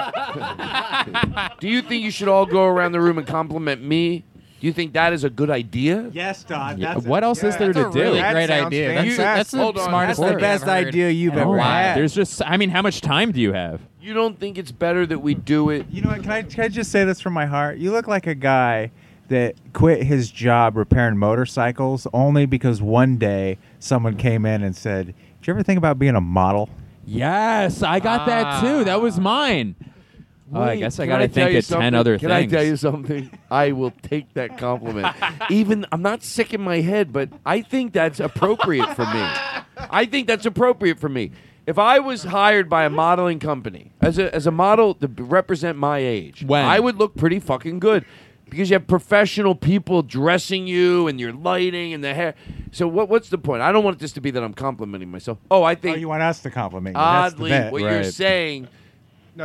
[SPEAKER 2] do you think you should all go around the room and compliment me? Do you think that is a good idea?
[SPEAKER 5] Yes, Todd.
[SPEAKER 2] Yeah,
[SPEAKER 5] That's
[SPEAKER 2] what
[SPEAKER 5] it.
[SPEAKER 2] else is there
[SPEAKER 5] that's
[SPEAKER 2] to
[SPEAKER 5] a
[SPEAKER 2] do?
[SPEAKER 5] really
[SPEAKER 2] That
[SPEAKER 5] great
[SPEAKER 2] sounds
[SPEAKER 5] idea.
[SPEAKER 2] fantastic.
[SPEAKER 5] That's- that's the
[SPEAKER 2] Hold on.
[SPEAKER 5] smartest That's the word I've best ever heard idea
[SPEAKER 2] Oh
[SPEAKER 5] you've in a ever while. had.
[SPEAKER 4] Oh, There's just, I mean, how much time do you have?
[SPEAKER 2] You don't think it's better that we do it?
[SPEAKER 5] You know what? Can I, can I just say this from my heart? You look like a guy that quit his job repairing motorcycles only because one day someone came in and said, "Did you ever think about being a model?"
[SPEAKER 4] Yes, I got that too. That was
[SPEAKER 5] Ah.
[SPEAKER 4] mine. Oh, I
[SPEAKER 2] Wait,
[SPEAKER 4] guess I
[SPEAKER 2] can
[SPEAKER 4] got to
[SPEAKER 2] tell
[SPEAKER 4] think
[SPEAKER 2] you
[SPEAKER 4] of ten
[SPEAKER 2] something?
[SPEAKER 4] other
[SPEAKER 2] Can
[SPEAKER 4] things.
[SPEAKER 2] I tell you something? I will take that compliment. Even I'm not sick in my head, but I think that's appropriate for me. I think that's appropriate for me. If I was hired by a modeling company as a, as a model to b- represent my age,
[SPEAKER 4] When?
[SPEAKER 2] I would look pretty fucking good because you have professional people dressing you and your lighting and the hair. So what what's the point? I don't want this to be that I'm complimenting myself. Oh, I think
[SPEAKER 5] you want us to compliment you. That's the
[SPEAKER 2] oddly
[SPEAKER 5] bit.
[SPEAKER 2] what you're saying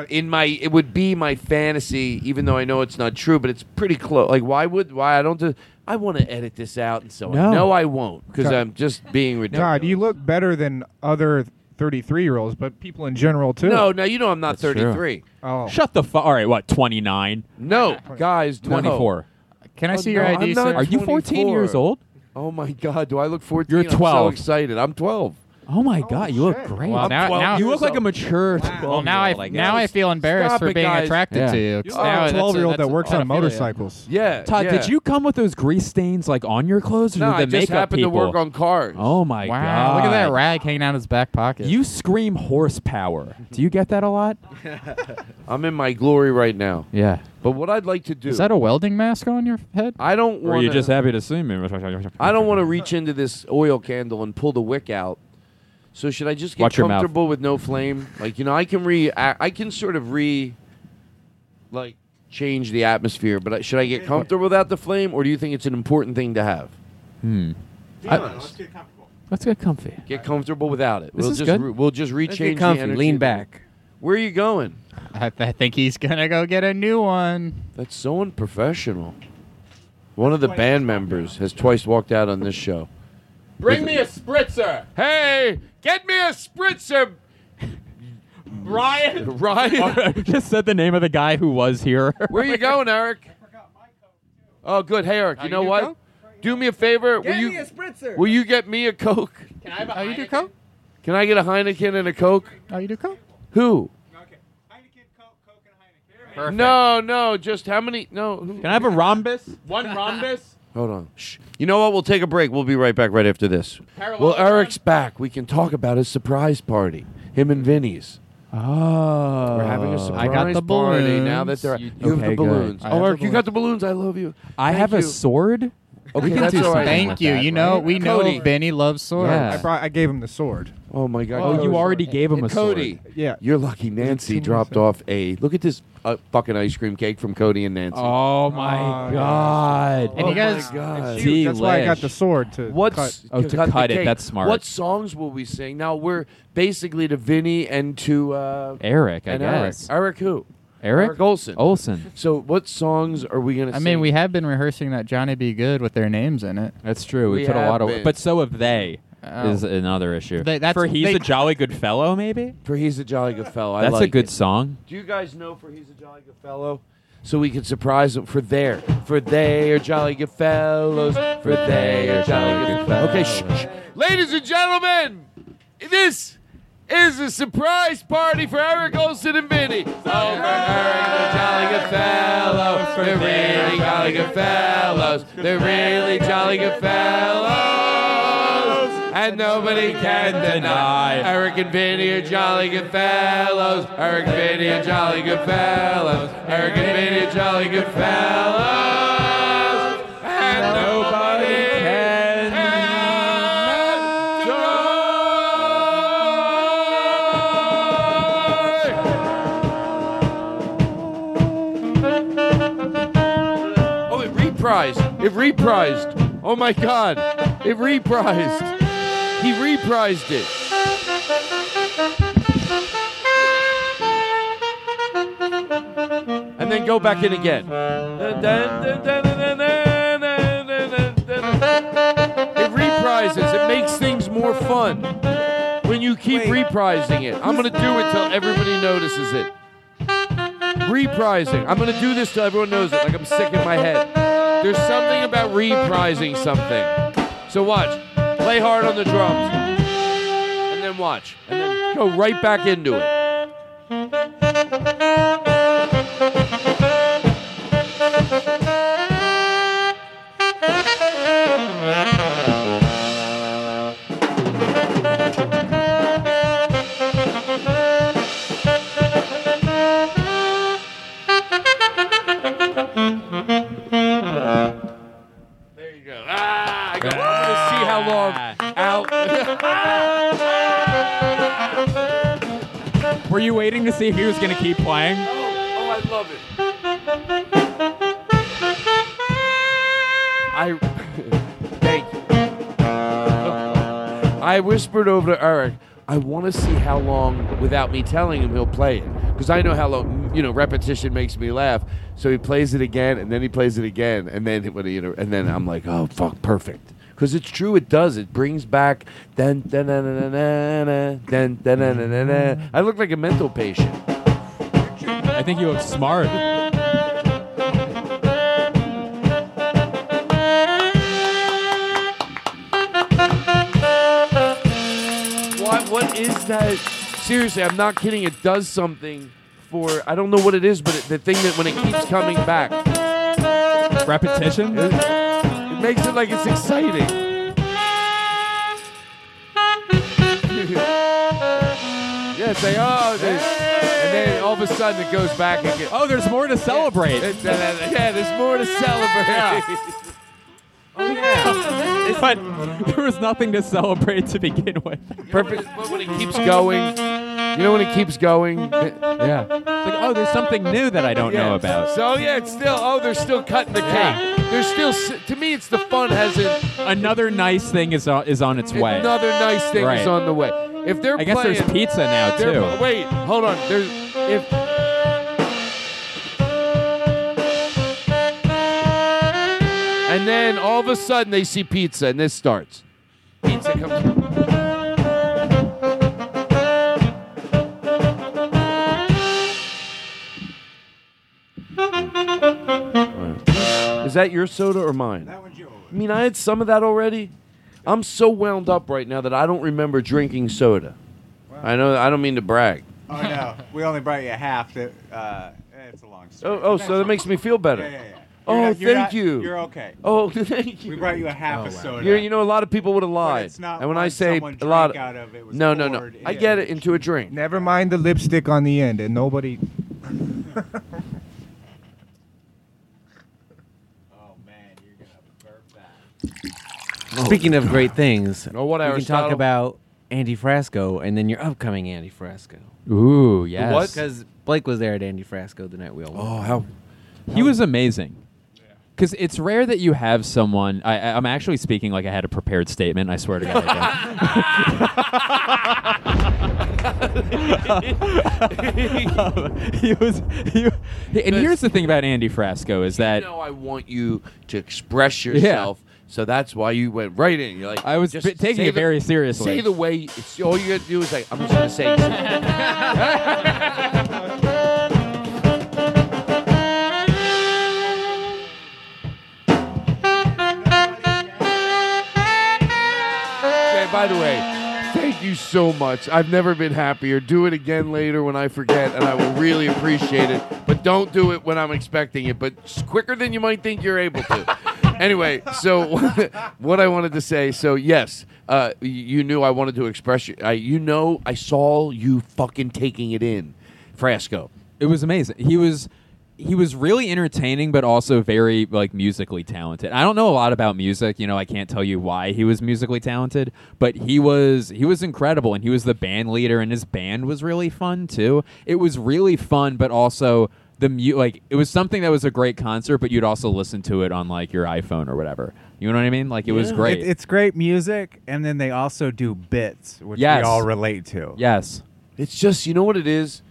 [SPEAKER 2] in my it would be my fantasy even though i know it's not true but it's pretty close like why would why i don't do, i want to edit this out and so
[SPEAKER 8] No.
[SPEAKER 2] i know i won't because
[SPEAKER 8] No.
[SPEAKER 2] i'm just being ridiculous
[SPEAKER 8] Todd, you look better than other 33 year olds, but people in general, too.
[SPEAKER 2] no no you know i'm not 33
[SPEAKER 8] Oh.
[SPEAKER 4] Shut the fuck. All right, what? Twenty nine.
[SPEAKER 2] no guys no.
[SPEAKER 4] 24.
[SPEAKER 6] Can I
[SPEAKER 2] Oh,
[SPEAKER 6] see your
[SPEAKER 2] no,
[SPEAKER 6] ID,
[SPEAKER 2] I'm not
[SPEAKER 6] sir?
[SPEAKER 4] Are you 14 years
[SPEAKER 2] 24.
[SPEAKER 4] old?
[SPEAKER 2] oh my god do i look 14
[SPEAKER 4] You're
[SPEAKER 2] I'm so
[SPEAKER 4] 12.
[SPEAKER 2] excited i'm 12
[SPEAKER 4] Oh my god, you look great.
[SPEAKER 6] Well, now- now-
[SPEAKER 4] you look like a mature.
[SPEAKER 6] Well, now I now I feel embarrassed
[SPEAKER 2] Stop
[SPEAKER 6] for
[SPEAKER 2] it,
[SPEAKER 6] being
[SPEAKER 2] guys.
[SPEAKER 6] attracted
[SPEAKER 4] Yeah.
[SPEAKER 6] to you.
[SPEAKER 2] You
[SPEAKER 6] 'cause
[SPEAKER 2] are
[SPEAKER 6] now
[SPEAKER 2] a
[SPEAKER 6] that's
[SPEAKER 8] 12-year-old
[SPEAKER 6] that's
[SPEAKER 8] that works on
[SPEAKER 6] pedophilia.
[SPEAKER 8] motorcycles.
[SPEAKER 2] yeah
[SPEAKER 4] Todd,
[SPEAKER 2] yeah.
[SPEAKER 4] did you come with those grease stains like on your clothes or
[SPEAKER 2] no
[SPEAKER 4] did
[SPEAKER 2] i
[SPEAKER 4] the
[SPEAKER 2] just
[SPEAKER 4] makeup
[SPEAKER 2] happened
[SPEAKER 4] people?
[SPEAKER 2] to work on cars
[SPEAKER 4] Oh my
[SPEAKER 6] Wow,
[SPEAKER 4] god!
[SPEAKER 6] look at that rag hanging out his back pocket.
[SPEAKER 4] You scream horsepower. Do you get that a lot?
[SPEAKER 2] i'm in my glory right now
[SPEAKER 4] Yeah.
[SPEAKER 2] but what i'd like to do
[SPEAKER 6] is that a welding mask on your head?
[SPEAKER 2] i don't
[SPEAKER 4] Or
[SPEAKER 2] want
[SPEAKER 4] are you just happy to see me?
[SPEAKER 2] I don't want to reach into this oil candle and pull the wick out. So should I just get
[SPEAKER 4] Watch your mouth.
[SPEAKER 2] comfortable with no flame? Like you know, I can re, I, I can sort of re, like change the atmosphere. But I- should I get comfortable without the flame, or do you think it's an important thing to have?
[SPEAKER 4] Hmm.
[SPEAKER 5] Be
[SPEAKER 4] I-
[SPEAKER 5] honest. Let's get comfortable.
[SPEAKER 4] Let's get comfy.
[SPEAKER 2] Get comfortable without it.
[SPEAKER 4] This
[SPEAKER 2] we'll
[SPEAKER 4] is
[SPEAKER 2] just
[SPEAKER 4] good.
[SPEAKER 2] Re, we'll just rechange
[SPEAKER 8] Let's get
[SPEAKER 2] the
[SPEAKER 8] comfy.
[SPEAKER 2] energy.
[SPEAKER 8] Lean back.
[SPEAKER 2] Where are you going?
[SPEAKER 6] I, I think he's gonna go get a new one.
[SPEAKER 2] That's so unprofessional. One of the band members has twice walked out on this show.
[SPEAKER 9] Bring me a spritzer.
[SPEAKER 2] Hey, get me a <laughs> spritzer,
[SPEAKER 9] Brian.
[SPEAKER 2] <laughs> Ryan.
[SPEAKER 4] <laughs> just said the name of the guy who was here.
[SPEAKER 2] Where you going, Eric? Oh, good. Hey, Eric. You know what? Do me a favor. will you
[SPEAKER 8] spritzer.
[SPEAKER 2] will you get me a coke?
[SPEAKER 8] Can I have a
[SPEAKER 6] Oh, you do coke?
[SPEAKER 2] Can I get a Heineken and a coke?
[SPEAKER 6] Oh, you do coke?
[SPEAKER 2] Who?
[SPEAKER 6] Perfect.
[SPEAKER 2] No, no. Just how many? No. who-
[SPEAKER 4] Can I have a rhombus?
[SPEAKER 9] One rhombus.
[SPEAKER 2] Hold on. Shh. You know what? We'll take a break. We'll be right back right after this. well, Eric's back. We can talk about his surprise party. Him and Vinny's.
[SPEAKER 4] Oh.
[SPEAKER 2] We're having a
[SPEAKER 6] I
[SPEAKER 2] surprise
[SPEAKER 6] got the
[SPEAKER 2] party now that they're
[SPEAKER 6] balloons. You-
[SPEAKER 2] you have
[SPEAKER 4] Okay,
[SPEAKER 2] the
[SPEAKER 4] good.
[SPEAKER 2] balloons.
[SPEAKER 6] I
[SPEAKER 2] Oh,
[SPEAKER 6] have
[SPEAKER 2] Eric,
[SPEAKER 6] the
[SPEAKER 2] you
[SPEAKER 6] balloons.
[SPEAKER 2] got the balloons. I love you.
[SPEAKER 4] <laughs> I
[SPEAKER 2] Thank
[SPEAKER 4] have a
[SPEAKER 2] you.
[SPEAKER 4] sword.
[SPEAKER 2] Okay, that's all right.
[SPEAKER 4] something
[SPEAKER 6] Thank
[SPEAKER 4] with
[SPEAKER 6] you.
[SPEAKER 4] that,
[SPEAKER 6] you know,
[SPEAKER 4] right?
[SPEAKER 6] we know
[SPEAKER 2] Cody.
[SPEAKER 6] Benny loves swords.
[SPEAKER 4] Yeah.
[SPEAKER 8] I, brought, I gave him the sword.
[SPEAKER 2] Oh my God!
[SPEAKER 4] Oh, you
[SPEAKER 2] Cody.
[SPEAKER 4] already gave him a
[SPEAKER 2] And Cody,
[SPEAKER 4] sword.
[SPEAKER 8] Yeah.
[SPEAKER 2] your lucky Nancy
[SPEAKER 8] Eighteen
[SPEAKER 2] dropped
[SPEAKER 8] percent.
[SPEAKER 2] off a look at this uh, fucking ice cream cake from Cody and Nancy.
[SPEAKER 4] Oh my
[SPEAKER 8] Oh,
[SPEAKER 4] god.
[SPEAKER 6] And you guys,
[SPEAKER 2] God.
[SPEAKER 8] Shoot, that's why I got the
[SPEAKER 4] Delish.
[SPEAKER 8] sword to
[SPEAKER 2] What's
[SPEAKER 8] cut.
[SPEAKER 4] Oh, to
[SPEAKER 2] the
[SPEAKER 4] cut it,
[SPEAKER 2] cake.
[SPEAKER 4] that's smart.
[SPEAKER 2] What songs will we sing? Now we're basically to Vinny and to uh,
[SPEAKER 4] Eric, I
[SPEAKER 2] and
[SPEAKER 4] guess.
[SPEAKER 2] Eric. Eric who?
[SPEAKER 4] Eric?
[SPEAKER 2] Olson.
[SPEAKER 4] Olson.
[SPEAKER 2] So what songs are we gonna?
[SPEAKER 6] I
[SPEAKER 2] sing?
[SPEAKER 6] mean, we have been rehearsing that Johnny Be Good with their names in it.
[SPEAKER 4] That's true. We,
[SPEAKER 2] We
[SPEAKER 4] put a
[SPEAKER 2] have
[SPEAKER 4] lot of
[SPEAKER 2] been.
[SPEAKER 4] but so have they
[SPEAKER 6] Oh.
[SPEAKER 4] is another issue.
[SPEAKER 6] They- that's-
[SPEAKER 4] For he's
[SPEAKER 6] they-
[SPEAKER 4] a jolly good fellow maybe?
[SPEAKER 2] for he's a jolly good fellow. I
[SPEAKER 4] That's a
[SPEAKER 2] like it.
[SPEAKER 4] good song.
[SPEAKER 2] Do you guys know for he's a jolly good fellow? So we can surprise them for there, for they are jolly good fellows, for they are jolly good fellows. Okay, shh, shh. ladies and gentlemen, this is a surprise party for Eric Olson and Vinny. Oh, for Eric, the jolly good fellow, they're really jolly good fellows, they're really jolly good fellows. and nobody can deny. Eric and Vinny are jolly good fellows. Eric and Vinny are jolly good fellows. Eric and Vinny are jolly good fellows. And nobody can Oh, it reprised. It reprised. Oh my God. It reprised. He reprised it. And then go back in again. It reprises. It makes things more fun when you keep reprising it. I'm going to do it till everybody notices it. Reprising. I'm going to do this till everyone knows it, like I'm sick in my head. There's something about reprising something. So watch. Play hard on the drums. And then watch. And then go right back into it. There you go. Ah, I got to see how long <laughs> out.
[SPEAKER 4] Were you waiting to see if he was going to keep playing?
[SPEAKER 2] Oh, I love it. I <laughs> thank you. I whispered over to Eric, I want to see how long without me telling him he'll play it because I know how long you know repetition makes me laugh. So he plays it again, and then he plays it again, and then when he, and then I'm like, oh fuck, perfect. Because it's true, it does. It brings back then then then then then then then. I look like a mental patient.
[SPEAKER 4] I think you look smart.
[SPEAKER 2] What, what is that? Seriously, I'm not kidding. It does something for I don't know what it is, but it, the thing that when it keeps coming back,
[SPEAKER 4] repetition.
[SPEAKER 2] It, it makes it like it's exciting. <laughs> yeah, say oh, this, and then all of a sudden it goes back again.
[SPEAKER 4] Oh, there's more to celebrate.
[SPEAKER 2] Yeah, uh, yeah, there's more to <laughs> celebrate.
[SPEAKER 4] Oh yeah. But there was nothing to celebrate to begin with.
[SPEAKER 2] Perfect. But when it keeps going, you know when it keeps going. Yeah. It's
[SPEAKER 4] like oh, there's something new that I don't know about.
[SPEAKER 2] So yeah, it's still. Oh, they're still cutting the cake. There's still. s- To me, it's the fun hasn't.
[SPEAKER 4] Another nice thing is on, is on its way.
[SPEAKER 2] Another nice thing
[SPEAKER 4] Right.
[SPEAKER 2] is on the way. If they're
[SPEAKER 4] I guess there's
[SPEAKER 2] playing-
[SPEAKER 4] pizza now,
[SPEAKER 2] they're-
[SPEAKER 4] too.
[SPEAKER 2] Wait, hold on. There's if. And then all of a sudden they see pizza and this starts. Pizza comes. Is that your soda or mine? That one's yours. I mean, I had some of that already. I'm so wound up right now that I don't remember drinking soda. I know. I don't mean to brag.
[SPEAKER 5] Oh no, we only brought you half. That uh, it's a long story.
[SPEAKER 2] Oh, oh so that makes me feel better.
[SPEAKER 5] Yeah, yeah, yeah.
[SPEAKER 2] Oh,
[SPEAKER 5] You're not-
[SPEAKER 2] thank
[SPEAKER 5] you're not-
[SPEAKER 2] you.
[SPEAKER 5] You're okay.
[SPEAKER 2] Oh, <laughs> thank you.
[SPEAKER 5] We brought you a
[SPEAKER 4] Oh,
[SPEAKER 10] Oh,
[SPEAKER 5] half a soda.
[SPEAKER 2] You, you know, a lot of people would have lied.
[SPEAKER 5] it's not
[SPEAKER 2] and when
[SPEAKER 5] one
[SPEAKER 2] I say
[SPEAKER 5] someone
[SPEAKER 2] a lot,
[SPEAKER 5] drank out of, it was
[SPEAKER 2] no, no, no.
[SPEAKER 5] poured
[SPEAKER 2] I
[SPEAKER 5] in.
[SPEAKER 2] get it into a drink.
[SPEAKER 8] Never mind the lipstick on the end, and nobody.
[SPEAKER 10] Speaking of great things,
[SPEAKER 2] Oh, what,
[SPEAKER 10] we can
[SPEAKER 2] Aristotle?
[SPEAKER 10] talk about Andy Frasco and then your upcoming Andy Frasco.
[SPEAKER 4] Ooh, yes.
[SPEAKER 2] what?
[SPEAKER 10] Because Blake was there at Andy Frasco the night we all went.
[SPEAKER 2] Oh, how
[SPEAKER 4] He was amazing. Because it's rare that you have someone. I, I- I'm actually speaking like I had a prepared statement. I swear to God.
[SPEAKER 2] <laughs>
[SPEAKER 4] I don't. Um, he was. He, and here's the thing about Andy Frasco is that
[SPEAKER 2] No, I want you to express yourself. So that's why you went right in. You're like,
[SPEAKER 4] I was
[SPEAKER 2] just
[SPEAKER 4] b- taking
[SPEAKER 2] say
[SPEAKER 4] it
[SPEAKER 2] the-
[SPEAKER 4] very seriously.
[SPEAKER 2] Say the way. It's, all you got to do is like, I'm just gonna say. Okay, by the way, thank you so much. I've never been happier. Do it again later when I forget, and I will really appreciate it. But don't do it when I'm expecting it, but s- quicker than you might think you're able to. <laughs> anyway, so <laughs> what I wanted to say, so yes, uh, y- you knew I wanted to express you. I, you know, I saw you fucking taking it in, Frasco.
[SPEAKER 4] It was amazing. He was he was really entertaining, but also very like musically talented. I don't know a lot about music, you know. I can't tell you why he was musically talented, but he was he was incredible, and he was the band leader, and his band was really fun too. It was really fun, but also the mu- like it was something that was a great concert, but you'd also listen to it on like your iPhone or whatever. You know what I mean? Like it was great.
[SPEAKER 5] it's great music, and then they also do bits, which
[SPEAKER 4] Yes.
[SPEAKER 5] we all relate to.
[SPEAKER 4] Yes.
[SPEAKER 2] It's just you know what it is.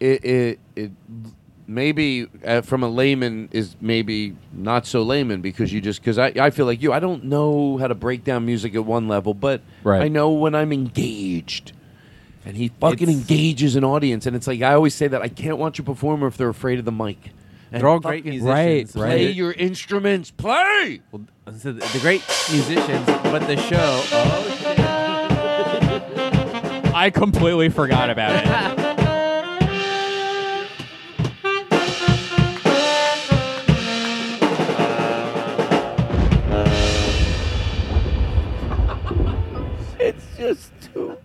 [SPEAKER 2] It it, it maybe uh, from a layman is maybe not so layman because you just because I I feel like you I don't know how to break down music at one level, but
[SPEAKER 4] Right.
[SPEAKER 2] I know when I'm engaged. And he fucking engages an audience, and it's like I always say that I can't watch a performer if they're afraid of the mic. And
[SPEAKER 10] They're all great
[SPEAKER 2] fucking
[SPEAKER 10] musicians.
[SPEAKER 2] Play
[SPEAKER 10] Right, right.
[SPEAKER 2] your instruments. Play.
[SPEAKER 10] Well, so the, the great musicians, but the show. Oh,
[SPEAKER 4] I completely forgot about it.
[SPEAKER 2] <laughs> it's just too.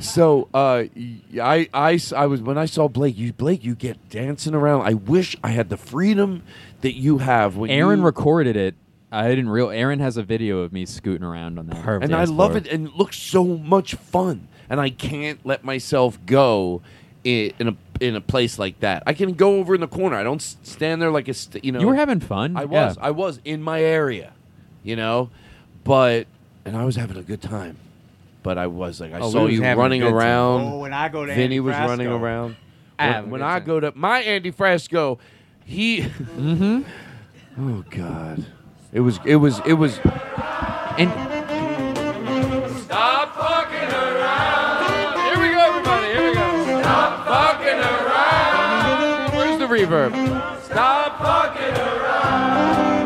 [SPEAKER 2] So uh, y- I, I s- I was when I saw Blake. You Blake, you get dancing around. I wish I had the freedom that you have when
[SPEAKER 4] Aaron
[SPEAKER 2] you-
[SPEAKER 4] recorded it. I didn't real. Aaron has a video of me scooting around on that,
[SPEAKER 2] and I love it, and it looks so much fun. And I can't let myself go in, in a in a place like that. I can go over in the corner. I don't s- stand there like a st- you know.
[SPEAKER 4] You were having fun.
[SPEAKER 2] I
[SPEAKER 4] Yeah.
[SPEAKER 2] was. I was in my area, you know, but and I was having a good time. But I was like, I
[SPEAKER 5] Oh, we
[SPEAKER 2] saw
[SPEAKER 5] was
[SPEAKER 2] you
[SPEAKER 5] having a
[SPEAKER 2] running
[SPEAKER 5] good time.
[SPEAKER 2] around.
[SPEAKER 5] Oh, when I go to
[SPEAKER 2] Vinny
[SPEAKER 5] Andy
[SPEAKER 2] was
[SPEAKER 5] Frasco.
[SPEAKER 2] running around.
[SPEAKER 5] I
[SPEAKER 2] When,
[SPEAKER 5] have a
[SPEAKER 2] when
[SPEAKER 5] good
[SPEAKER 2] I go to my Andy Frasco, he. <laughs> mm-hmm. Oh God, it was it was it was,
[SPEAKER 4] and
[SPEAKER 2] Stop fucking around. Here we go, everybody. Here we go. Stop fucking around. Where's the reverb? Stop fucking around.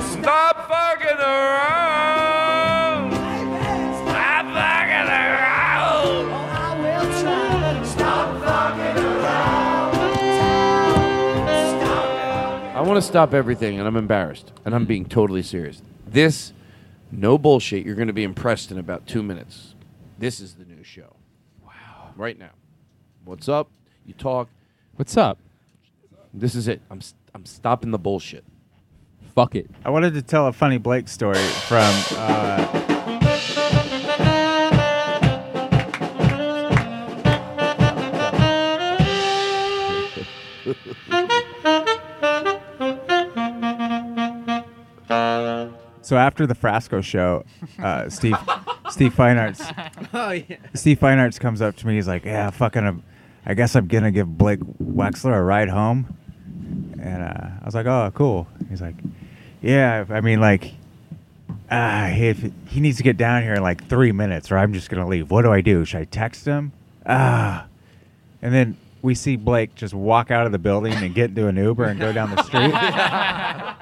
[SPEAKER 2] Stop fucking around. Stop fucking around.
[SPEAKER 3] Stop fucking around.
[SPEAKER 2] I want to stop everything, and I'm embarrassed, and I'm being totally serious. This, no bullshit. You're going to be impressed in about two minutes. This is the new show. Wow. Right now. What's up? You talk.
[SPEAKER 4] What's up?
[SPEAKER 2] This is it. I'm st- I'm stopping the bullshit.
[SPEAKER 4] Fuck it.
[SPEAKER 5] I wanted to tell a funny Blake story from.
[SPEAKER 2] <laughs>
[SPEAKER 5] Uh, so after the Frasco show, uh, Steve Steve Fine Arts
[SPEAKER 10] <laughs> Oh, yeah.
[SPEAKER 5] Steve Fine Arts comes up to me. He's like, "Yeah, fucking, um, I guess I'm gonna give Blake Wexler a ride home." And uh, I was like, "Oh, cool." He's like, "Yeah, I mean, like, ah, if he needs to get down here in like three minutes, or I'm just gonna leave. What do I do? Should I text him?" Ah, and then we see Blake just walk out of the building and get into an Uber and go down
[SPEAKER 10] <laughs>
[SPEAKER 5] the street.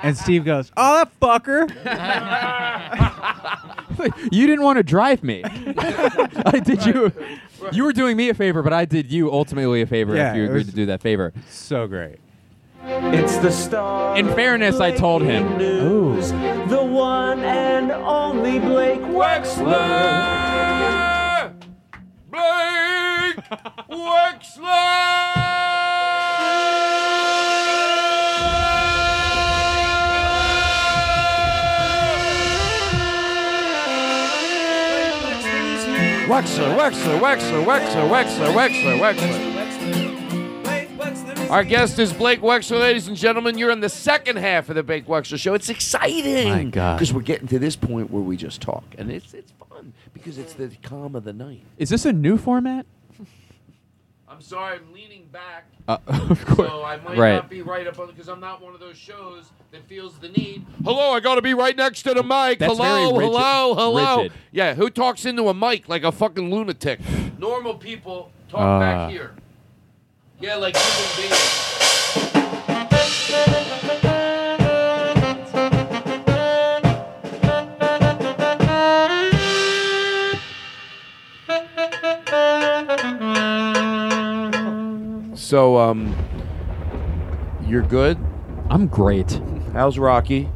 [SPEAKER 5] and Steve goes, "Oh,
[SPEAKER 2] <laughs>
[SPEAKER 5] that fucker."
[SPEAKER 4] <laughs> you didn't want to drive me. <laughs> I did you. You were doing me a favor, but I did you ultimately a favor
[SPEAKER 5] Yeah,
[SPEAKER 4] if you
[SPEAKER 5] it
[SPEAKER 4] agreed
[SPEAKER 5] was
[SPEAKER 4] to do that favor.
[SPEAKER 5] So great.
[SPEAKER 4] It's the star. In fairness, I told him. Ooh.
[SPEAKER 1] The one and only Blake Wexler.
[SPEAKER 2] Blake Wexler, Wexler, Wexler, Wexler, Wexler, Wexler, Wexler. Our guest is Blake Wexler, ladies and gentlemen. You're in the second half of the Blake Wexler show. It's exciting.
[SPEAKER 11] My God.
[SPEAKER 2] Because we're getting to this point where we just talk. And it's it's fun because it's the calm of the night.
[SPEAKER 4] Is this a new format?
[SPEAKER 2] I'm sorry, I'm leaning back.
[SPEAKER 4] Uh, <laughs> of course.
[SPEAKER 2] So I might
[SPEAKER 4] right.
[SPEAKER 2] not be right up on because I'm not one of those shows that feels the need. Hello, I got to be right next to the mic.
[SPEAKER 4] That's
[SPEAKER 2] hello,
[SPEAKER 4] very rigid-
[SPEAKER 2] hello, hello.
[SPEAKER 4] rigid.
[SPEAKER 2] Yeah, who talks into a mic like a fucking lunatic? Normal people talk
[SPEAKER 4] Uh.
[SPEAKER 2] back here. Yeah, like human beings. So, um, you're good.
[SPEAKER 4] um, I'm great.
[SPEAKER 2] How's
[SPEAKER 4] <laughs>
[SPEAKER 2] Rocky?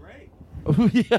[SPEAKER 2] Great.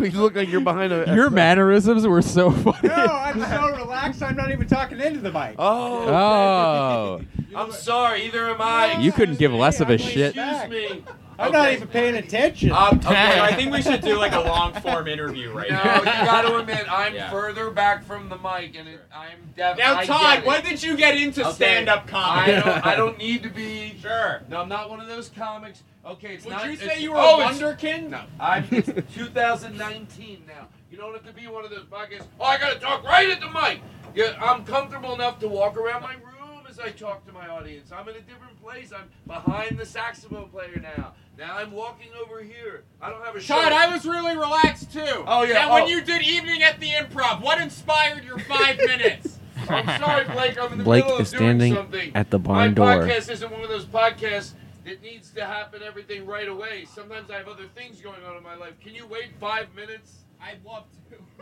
[SPEAKER 2] we look like you're behind a.
[SPEAKER 4] <laughs> Your mannerisms were so <laughs> funny.
[SPEAKER 8] No, I'm so relaxed. I'm not even talking into the mic.
[SPEAKER 2] Oh.
[SPEAKER 4] Oh,
[SPEAKER 9] I'm sorry, either am I.
[SPEAKER 4] you couldn't give less of a shit.
[SPEAKER 9] Excuse me.
[SPEAKER 8] I'm not even paying attention.
[SPEAKER 12] Um, okay, I think we should do like a long form interview right
[SPEAKER 9] No,
[SPEAKER 12] now. <laughs>
[SPEAKER 9] you got to admit, I'm
[SPEAKER 12] Yeah.
[SPEAKER 9] further back from the mic, and it, I'm def-
[SPEAKER 12] Now,
[SPEAKER 9] I
[SPEAKER 12] Todd,
[SPEAKER 9] get it.
[SPEAKER 12] when did you get into
[SPEAKER 9] Okay,
[SPEAKER 12] stand-up comedy?
[SPEAKER 9] I don't, I don't need
[SPEAKER 12] <laughs>
[SPEAKER 9] to be. Sure. No, I'm not one of those comics. Okay, it's
[SPEAKER 12] Would
[SPEAKER 9] not.
[SPEAKER 12] you
[SPEAKER 9] it's-
[SPEAKER 12] say you were
[SPEAKER 9] oh,
[SPEAKER 12] a
[SPEAKER 9] it's-
[SPEAKER 12] wonderkin?
[SPEAKER 9] No, <laughs> I'm it's 2019 now. You don't have to be one of those fuckers. Oh, I gotta talk right at the mic. Yeah, I'm comfortable enough to walk around my room as I talk to my audience. I'm in a different place. I'm behind the saxophone player now. Now I'm walking over here. I don't have a shirt.
[SPEAKER 12] Todd, I was really relaxed too.
[SPEAKER 9] Oh, yeah,
[SPEAKER 12] Now,
[SPEAKER 9] oh.
[SPEAKER 12] when you did evening at the improv, what inspired your
[SPEAKER 9] <laughs>
[SPEAKER 12] five minutes?
[SPEAKER 9] I'm sorry, Blake. I'm in the
[SPEAKER 10] Blake
[SPEAKER 9] middle of
[SPEAKER 10] is standing
[SPEAKER 9] doing something.
[SPEAKER 10] at the barn
[SPEAKER 9] My
[SPEAKER 10] door.
[SPEAKER 9] podcast isn't one of those podcasts that needs to happen everything right away. Sometimes I have other things going on in my life. Can you wait five minutes? I'd love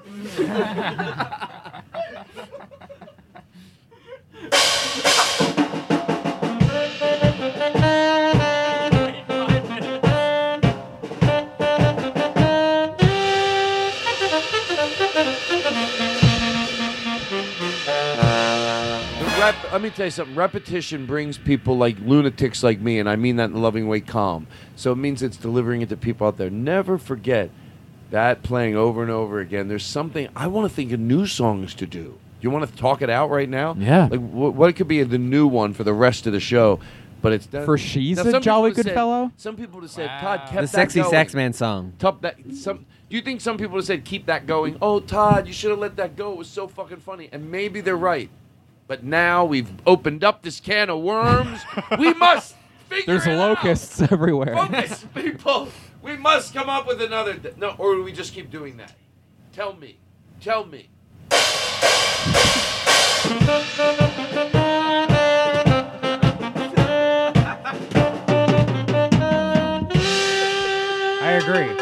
[SPEAKER 9] <laughs>
[SPEAKER 2] The rep, let me tell you something. Repetition brings people like lunatics like me, and I mean that in a loving way, calm. So it means it's delivering it to people out there. Never forget that playing over and over again. There's something I want to think of new songs to do. You want to talk it out right now?
[SPEAKER 4] Yeah.
[SPEAKER 2] Like wh- what could be the new one for the rest of the show? But it's
[SPEAKER 4] For she's
[SPEAKER 2] Now,
[SPEAKER 4] a
[SPEAKER 2] some
[SPEAKER 4] jolly
[SPEAKER 2] people
[SPEAKER 4] good
[SPEAKER 2] say-
[SPEAKER 4] fellow?
[SPEAKER 2] Some people <laughs> would say Todd kept
[SPEAKER 10] The
[SPEAKER 2] that
[SPEAKER 10] sexy
[SPEAKER 2] going.
[SPEAKER 10] sax man song.
[SPEAKER 2] Top that some. Do you think some people have said keep that going? Oh, Todd, you should have let that go. It was so fucking funny. And maybe they're right. But now we've opened up this can of <laughs> worms. we must figure
[SPEAKER 4] There's locusts everywhere. <laughs>
[SPEAKER 9] Focus, people. We must come up with another. d- no, or do we just keep doing that? Tell me. Tell me.
[SPEAKER 5] I agree.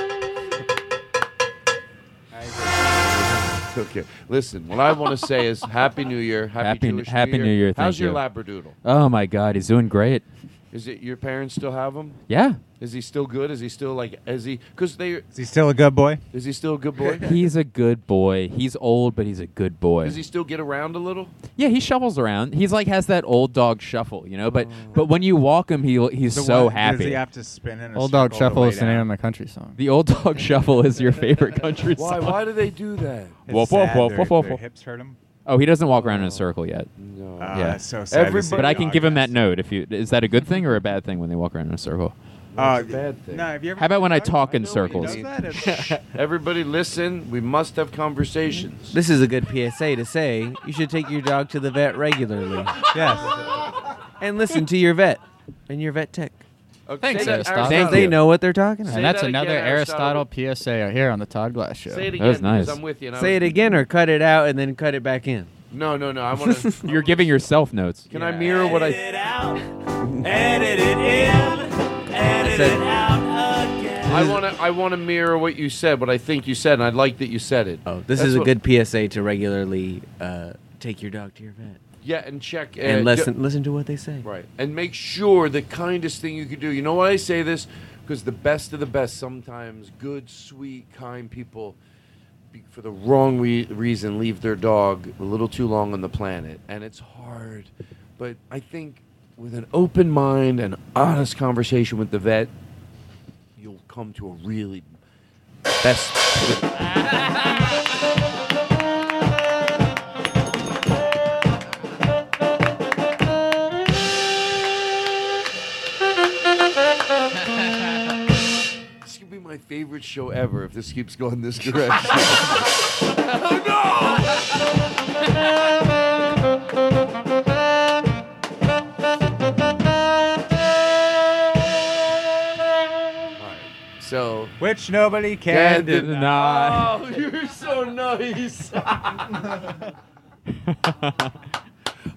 [SPEAKER 2] Took care. Listen, what I want to say is Happy New Year. Happy,
[SPEAKER 4] Happy
[SPEAKER 2] Jewish
[SPEAKER 4] Happy New Year. Thank
[SPEAKER 2] How's your
[SPEAKER 4] you.
[SPEAKER 2] Labradoodle?
[SPEAKER 4] Oh my God, he's doing great.
[SPEAKER 2] Is it your parents still have him?
[SPEAKER 4] Yeah.
[SPEAKER 2] Is he still good? Is he still like? Is he? Because they. Is
[SPEAKER 5] he still a good boy?
[SPEAKER 2] Is he still a good boy?
[SPEAKER 4] He's a <laughs> good boy. He's old, but he's a good boy.
[SPEAKER 2] Does he still get around a
[SPEAKER 4] <laughs>
[SPEAKER 2] little?
[SPEAKER 4] Yeah, he shuffles around. He's like has that old dog shuffle, you know. But
[SPEAKER 6] Mm.
[SPEAKER 4] but when you walk him, he he's
[SPEAKER 5] The
[SPEAKER 4] so
[SPEAKER 5] one- does
[SPEAKER 4] happy.
[SPEAKER 5] he have to spin in a
[SPEAKER 6] Old Dog
[SPEAKER 5] circle to
[SPEAKER 6] Shuffle
[SPEAKER 5] lay
[SPEAKER 6] is the name
[SPEAKER 5] down?
[SPEAKER 6] of my country song.
[SPEAKER 4] the old
[SPEAKER 5] <laughs>
[SPEAKER 4] dog shuffle is your favorite country
[SPEAKER 2] Why?
[SPEAKER 4] song.
[SPEAKER 2] Why do they do that?
[SPEAKER 5] It's
[SPEAKER 4] <laughs> Woof, woof,
[SPEAKER 5] sad
[SPEAKER 4] woof,
[SPEAKER 5] their-
[SPEAKER 4] woof, woof,
[SPEAKER 5] their
[SPEAKER 4] woof.
[SPEAKER 5] hips hurt 'em.
[SPEAKER 4] Oh, he doesn't walk around in a circle yet.
[SPEAKER 2] No.
[SPEAKER 5] Ah,
[SPEAKER 4] yeah.
[SPEAKER 5] that's so sad to Everybody- see
[SPEAKER 4] But I can
[SPEAKER 5] dog
[SPEAKER 4] give him that note. If you is that a good thing or a bad thing when they walk around in a circle?
[SPEAKER 5] Uh,
[SPEAKER 2] bad thing.
[SPEAKER 5] No, have you ever
[SPEAKER 4] How about when I talk in
[SPEAKER 2] Does
[SPEAKER 4] circles?
[SPEAKER 5] that? It's-
[SPEAKER 2] <laughs>
[SPEAKER 4] <laughs>
[SPEAKER 2] Everybody listen. We must have conversations.
[SPEAKER 10] This is a good PSA to say you should take your dog to the vet regularly.
[SPEAKER 5] yes.
[SPEAKER 10] And listen to your vet and your vet tech.
[SPEAKER 2] Okay,
[SPEAKER 6] Thanks,
[SPEAKER 2] say that,
[SPEAKER 6] Aristotle.
[SPEAKER 2] Aristotle.
[SPEAKER 6] Thank
[SPEAKER 10] they
[SPEAKER 6] you.
[SPEAKER 10] know what they're talking about.
[SPEAKER 6] And that's
[SPEAKER 2] that
[SPEAKER 6] another
[SPEAKER 2] again, Aristotle.
[SPEAKER 6] Aristotle, PSA out here on the Todd Glass Show.
[SPEAKER 2] Say it again.
[SPEAKER 4] That was
[SPEAKER 2] because
[SPEAKER 4] nice.
[SPEAKER 2] I'm with you. and I
[SPEAKER 10] Say
[SPEAKER 2] was-
[SPEAKER 10] it again or cut it out
[SPEAKER 6] <laughs>
[SPEAKER 10] and then cut it back in.
[SPEAKER 2] No, no, no. I want to.
[SPEAKER 4] <laughs> You're giving yourself notes.
[SPEAKER 2] Can I mirror what I?
[SPEAKER 3] Edit it in, edit it out again.
[SPEAKER 2] I want to. I want to mirror what you said. What I think you said, and I like that you said it. Oh,
[SPEAKER 10] This is a good PSA to regularly uh, take your dog to your vet
[SPEAKER 2] Yeah, and check uh,
[SPEAKER 10] and
[SPEAKER 2] ju-
[SPEAKER 10] listen listen to what they say.
[SPEAKER 2] Right. And make sure the kindest thing you could do. You know why I say this? Because the best of the best, sometimes good, sweet, kind people, be- for the wrong re- reason, leave their dog a little too long on the planet. And it's hard. But I
[SPEAKER 5] <laughs>
[SPEAKER 2] think with an open mind and honest conversation with the vet, you'll come to a really best. <laughs> This could be my favorite show ever if this keeps going this direction. So,
[SPEAKER 5] Which nobody can
[SPEAKER 2] Yeah,
[SPEAKER 5] deny.
[SPEAKER 2] <laughs> Oh, you're so <laughs> nice. All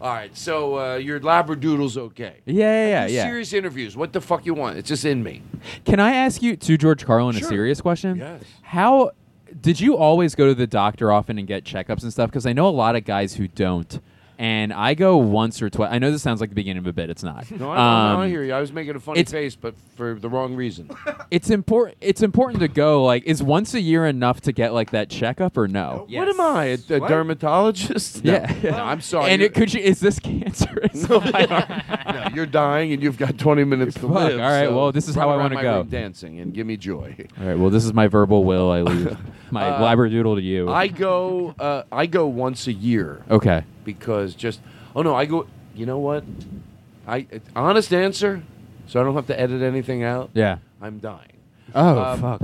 [SPEAKER 2] right, so uh, your labradoodle's okay.
[SPEAKER 4] Yeah, yeah, yeah,
[SPEAKER 2] Do
[SPEAKER 4] yeah.
[SPEAKER 2] Serious interviews. What the fuck you want? It's just in me.
[SPEAKER 4] Can I ask you to George Carlin a serious question? Yes. How did you always go to the doctor often and get checkups and stuff? Because I know a lot of guys who don't, and I go once or twice. I know this sounds like the beginning of a bit. It's not.
[SPEAKER 2] No, I, no,
[SPEAKER 4] Um,
[SPEAKER 2] I hear you. I was making a funny
[SPEAKER 4] it's-
[SPEAKER 2] face, but for the wrong reason.
[SPEAKER 4] <laughs> it's important. It's important to go. Like, is once a year enough to get like that checkup or no?
[SPEAKER 2] What am I, a, a
[SPEAKER 4] What?
[SPEAKER 2] dermatologist? No.
[SPEAKER 4] Yeah.
[SPEAKER 2] No, I'm sorry.
[SPEAKER 4] And
[SPEAKER 2] you're-
[SPEAKER 4] it could you? Is this cancer?
[SPEAKER 2] <laughs>
[SPEAKER 4] no,
[SPEAKER 2] no, you're dying, and you've got <laughs> 20 minutes to
[SPEAKER 4] Fuck,
[SPEAKER 2] live.
[SPEAKER 4] all right,
[SPEAKER 2] so
[SPEAKER 4] well, this is
[SPEAKER 2] run
[SPEAKER 4] how I
[SPEAKER 2] around
[SPEAKER 4] wanna
[SPEAKER 2] my
[SPEAKER 4] go.
[SPEAKER 2] ring Dancing and give me joy.
[SPEAKER 4] All right. Well, this is my verbal will.
[SPEAKER 2] <laughs>
[SPEAKER 4] I leave my
[SPEAKER 2] Uh,
[SPEAKER 4] labradoodle to you.
[SPEAKER 2] I go. Uh, I go once a year.
[SPEAKER 4] Okay.
[SPEAKER 2] Because just. Oh no, I go. You know what? I it- honest answer, so I don't have to edit anything out.
[SPEAKER 4] Yeah.
[SPEAKER 2] I'm dying. Um,
[SPEAKER 4] Oh,
[SPEAKER 2] fuck.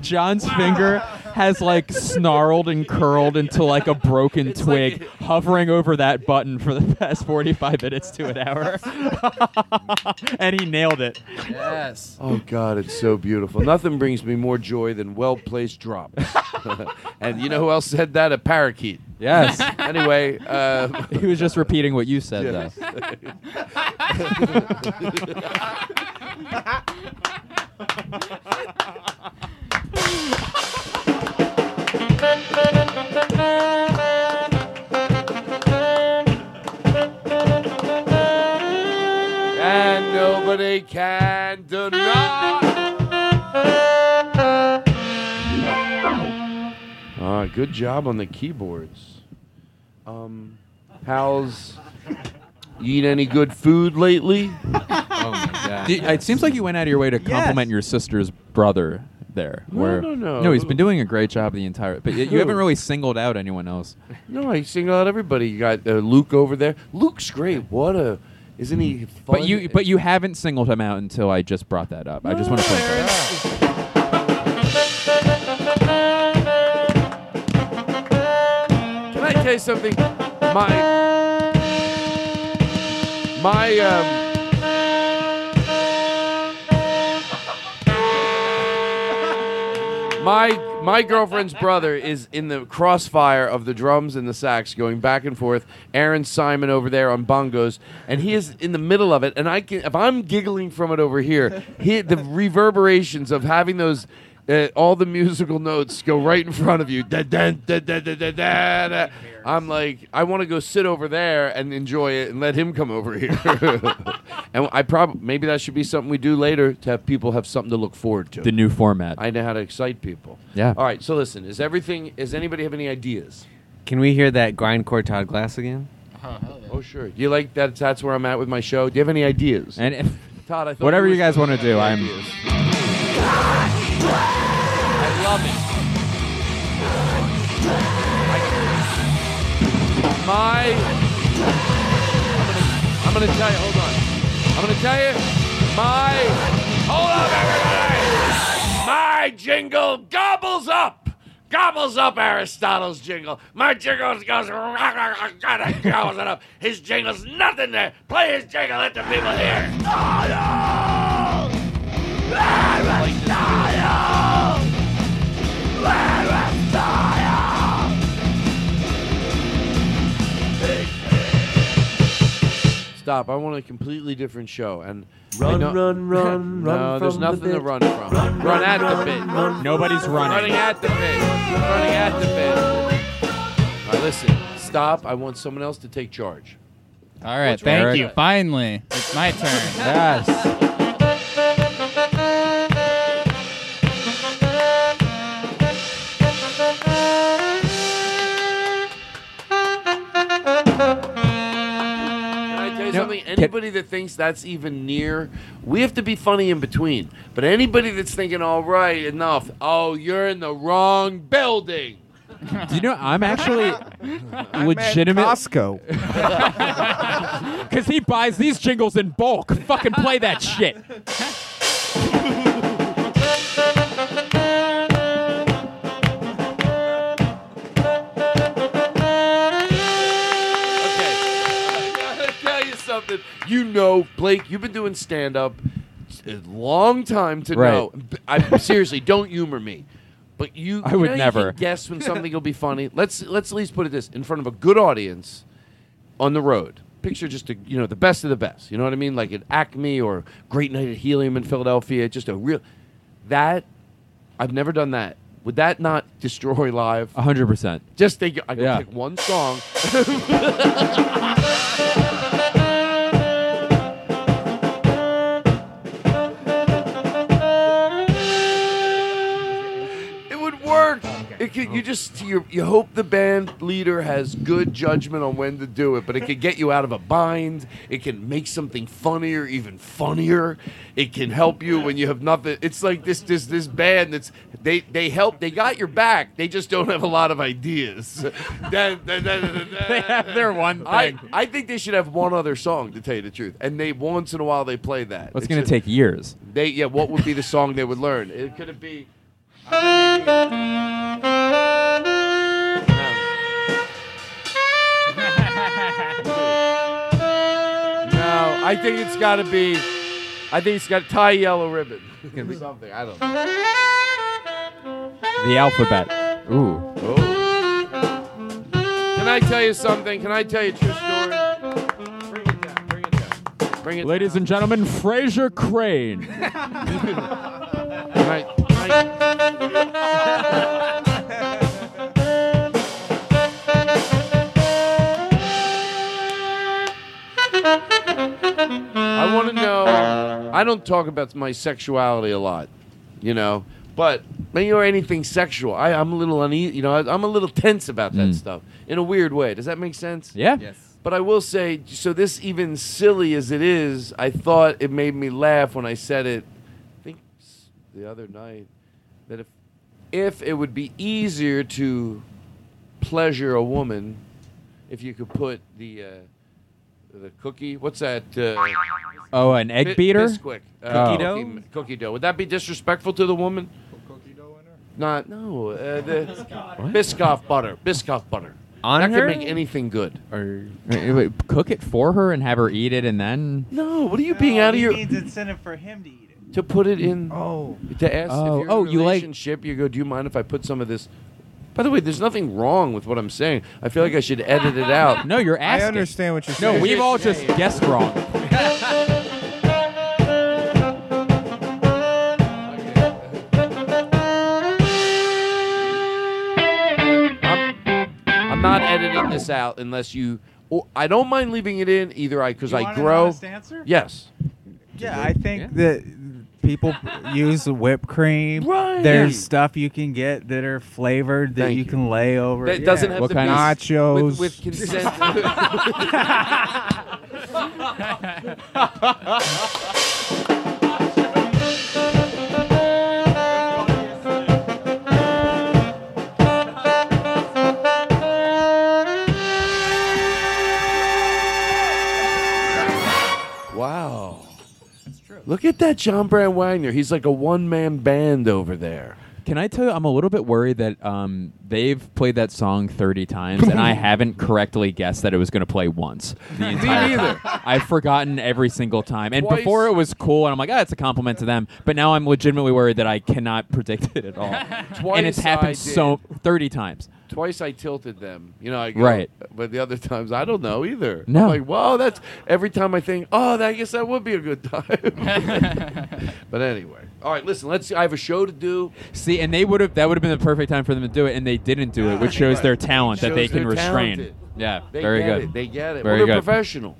[SPEAKER 4] John's finger has like snarled and curled into like a broken twig,
[SPEAKER 2] <laughs>
[SPEAKER 4] hovering over that button for the past 45 minutes to an hour. <laughs> and he nailed it.
[SPEAKER 3] Yes.
[SPEAKER 2] <laughs> Oh God, it's so beautiful. Nothing brings me more joy than well placed drops.
[SPEAKER 4] <laughs>
[SPEAKER 2] and you know who else said that? A parakeet.
[SPEAKER 4] Yes.
[SPEAKER 2] <laughs> anyway, uh,
[SPEAKER 4] <laughs> he was just repeating what you said,
[SPEAKER 2] Yes. and nobody can deny. Ah, good job on the keyboards. Um, how's you eat any good food lately? <laughs> oh <laughs> my
[SPEAKER 4] though. Did- It seems like you went out of your way to compliment your sister's brother there.
[SPEAKER 2] No,
[SPEAKER 4] where-
[SPEAKER 2] no, no.
[SPEAKER 4] No, he's been doing a great job the entire. But y- you haven't really singled out anyone else.
[SPEAKER 2] No, I single out everybody. You got uh, Luke over there. Luke's great. What a isn't he? Fun?
[SPEAKER 4] But you, but you haven't singled him out until I just brought that up. I just want to point
[SPEAKER 2] <laughs>
[SPEAKER 4] that out.
[SPEAKER 2] Can I tell you something? My my um. My my girlfriend's brother is in the crossfire of the drums and the sax going back and forth. Aaron Simon over there on bongos, and he is in the middle of it. And I can, if I'm giggling from it over here, he, the reverberations of having those. Uh, all the musical notes go right in front of you. Da, dun, da, da, da, da, da, da. I'm like, I want to go sit over there and enjoy it, and let him come over here. <laughs> and I probably maybe that should be something we do later to have people have something to look forward to.
[SPEAKER 4] The new format.
[SPEAKER 2] I know how to excite people.
[SPEAKER 10] Yeah.
[SPEAKER 2] All right. So listen, is everything? Is anybody have any ideas?
[SPEAKER 10] Can we hear that grindcore Todd Glass again?
[SPEAKER 2] Oh sure. Do you like that? That's where I'm at with my show. Do you have any ideas?
[SPEAKER 4] And if,
[SPEAKER 2] Todd, I thought
[SPEAKER 4] Whatever
[SPEAKER 2] were
[SPEAKER 4] you guys want to do, I'm.
[SPEAKER 2] I love it. My, I'm gonna, I'm gonna tell you. Hold on. I'm gonna tell you. My, hold up, everybody. My jingle gobbles up, gobbles up Aristotle's jingle. My jingle goes, rah, rah, rah, rah, rah, gobbles it up. His jingle's nothing there. Play his jingle. Let the people hear. Oh Stop. I want a completely different show. And
[SPEAKER 3] Run,
[SPEAKER 2] <laughs> run,
[SPEAKER 3] run
[SPEAKER 2] run, No, there's
[SPEAKER 3] from the
[SPEAKER 2] nothing to
[SPEAKER 3] bit.
[SPEAKER 2] run from. Run, at the bit.
[SPEAKER 4] Nobody's running.
[SPEAKER 2] Running at the bit. Running at the bit. All right, listen. Stop. I want someone else to take charge.
[SPEAKER 6] All right,
[SPEAKER 2] What's
[SPEAKER 6] thank
[SPEAKER 2] wrong?
[SPEAKER 6] you. Finally, it's my turn.
[SPEAKER 4] <laughs> yes.
[SPEAKER 2] Can I tell you
[SPEAKER 3] No,
[SPEAKER 2] something?
[SPEAKER 3] can-
[SPEAKER 2] Anybody that thinks that's even near, we have to be funny in between. But anybody that's thinking, all right, enough. Oh, you're in the wrong building.
[SPEAKER 4] Do you know
[SPEAKER 2] <laughs>
[SPEAKER 4] I'm actually legitimate <laughs>
[SPEAKER 8] Costco.
[SPEAKER 4] because he buys these jingles in bulk. Fucking play that shit.
[SPEAKER 2] gotta tell you something. You know, Blake, you've been doing stand up a long time to
[SPEAKER 4] Right.
[SPEAKER 2] know. I seriously don't humor me. But you
[SPEAKER 4] I
[SPEAKER 2] you
[SPEAKER 4] would
[SPEAKER 2] know you
[SPEAKER 4] never.
[SPEAKER 2] can guess when something will be funny. Let's let's at least put it this in front of a good audience on the road. picture just a, you know the best of the best. You know what I mean? Like at Acme or Great Night at Helium in Philadelphia. Just a real that I've never done that. Would that not destroy live?
[SPEAKER 4] hundred percent.
[SPEAKER 2] Just think, I can
[SPEAKER 4] Yeah.
[SPEAKER 2] pick one song. it would work. It could, you just you, you hope the band leader has good judgment on when to do it, but it could get you out of a bind. It can make something funnier, even funnier. It can help you when you have nothing. It's like this this this band that's they they help they got your back. They just don't have a lot of ideas. <laughs> they have their one thing. I, I think they should have one other song to tell you the truth, and they once in a while they play that.
[SPEAKER 4] Well, it's
[SPEAKER 2] It
[SPEAKER 4] going to
[SPEAKER 2] should-
[SPEAKER 4] take years.
[SPEAKER 2] They yeah. What would be the song they would learn? It could it be? No, I think it's got to be. I think it's got to tie yellow ribbon. Something I don't know.
[SPEAKER 4] The alphabet. Ooh.
[SPEAKER 2] Oh. Can I tell you something? Can I tell you a true story? Bring it
[SPEAKER 4] Ladies and gentlemen, Fraser Crane.
[SPEAKER 2] Right. I <laughs> want to know. I don't talk about my sexuality a lot, you know, but when you're anything sexual, I, I'm a little uneasy. You know, I, I'm a little tense about that stuff in a weird way. Does that make sense?
[SPEAKER 4] Yeah. Yes.
[SPEAKER 2] But I will say, so this even silly as it is, I thought it made me laugh when I said it. I think s- the other night that if if it would be easier to pleasure a woman if you could put the uh, the cookie. What's that? Uh,
[SPEAKER 4] Oh, an egg
[SPEAKER 2] Bi-
[SPEAKER 4] beater?
[SPEAKER 2] Bisquick. Uh,
[SPEAKER 4] Cookie
[SPEAKER 2] cookie m- Cookie dough. Would that be disrespectful to the woman? Not no. Uh, the Biscoff butter. Biscoff butter.
[SPEAKER 4] On
[SPEAKER 2] that
[SPEAKER 4] her?
[SPEAKER 2] could make anything good.
[SPEAKER 4] Or Wait, wait, cook it for her and have her eat it, and then
[SPEAKER 2] no. What are you being out of your?
[SPEAKER 5] Needs incentive for him to eat it.
[SPEAKER 2] To put it in. Oh. To ask
[SPEAKER 4] Oh,
[SPEAKER 2] if you're
[SPEAKER 4] oh,
[SPEAKER 2] in a
[SPEAKER 4] you like-
[SPEAKER 2] relationship, you go, do you mind if I put some of this? By the way, there's nothing wrong with what I'm saying. I feel like I should edit it out.
[SPEAKER 4] <laughs> No, you're
[SPEAKER 8] I understand what you're saying.
[SPEAKER 4] No, we've all just guessed wrong.
[SPEAKER 2] <laughs> I'm not editing this out unless you. Or I don't mind leaving it in either. I because
[SPEAKER 5] You
[SPEAKER 2] I
[SPEAKER 5] want an
[SPEAKER 2] grow.
[SPEAKER 5] honest answer?
[SPEAKER 2] Yes.
[SPEAKER 5] Yeah, I think that people use whipped cream.
[SPEAKER 2] Right.
[SPEAKER 5] There's stuff you can get that are flavored that you, can lay over.
[SPEAKER 2] That doesn't have to be s-
[SPEAKER 5] nachos
[SPEAKER 2] with, with consent. wow. Look at that John Brand Wagner. He's like a one man band over there.
[SPEAKER 4] Can I tell you, I'm a little bit worried that um, they've played that song 30
[SPEAKER 2] <laughs>
[SPEAKER 4] times, and I haven't correctly guessed that it was going to play once. The entire
[SPEAKER 2] neither.
[SPEAKER 4] time. I've forgotten every single time. And
[SPEAKER 2] Twice.
[SPEAKER 4] before it was cool, and I'm like, ah, it's a compliment to them. But now I'm legitimately worried that I cannot <laughs> predict it
[SPEAKER 2] <laughs>
[SPEAKER 4] at all. and
[SPEAKER 2] Twice
[SPEAKER 4] it's happened
[SPEAKER 2] I
[SPEAKER 4] so 30 times.
[SPEAKER 2] Twice I tilted them. You know, I go,
[SPEAKER 4] Right.
[SPEAKER 2] But the other times I don't know either. I'm
[SPEAKER 4] No.
[SPEAKER 2] like, wow, that's every time I think, oh, that, I guess that would be a good
[SPEAKER 4] <laughs>
[SPEAKER 2] time. but anyway, all right. Listen, let's. I have a show to do.
[SPEAKER 4] See, and they would have that would have been the perfect time for them to do it, and they didn't do
[SPEAKER 2] <laughs>
[SPEAKER 4] it, which shows their talent that they
[SPEAKER 2] Shows
[SPEAKER 4] can
[SPEAKER 2] they're
[SPEAKER 4] restrain.
[SPEAKER 2] talented.
[SPEAKER 4] Yeah,
[SPEAKER 2] They
[SPEAKER 4] very
[SPEAKER 2] get
[SPEAKER 4] good.
[SPEAKER 2] It. They get it.
[SPEAKER 4] Very
[SPEAKER 2] well, they're
[SPEAKER 4] good.
[SPEAKER 2] professional.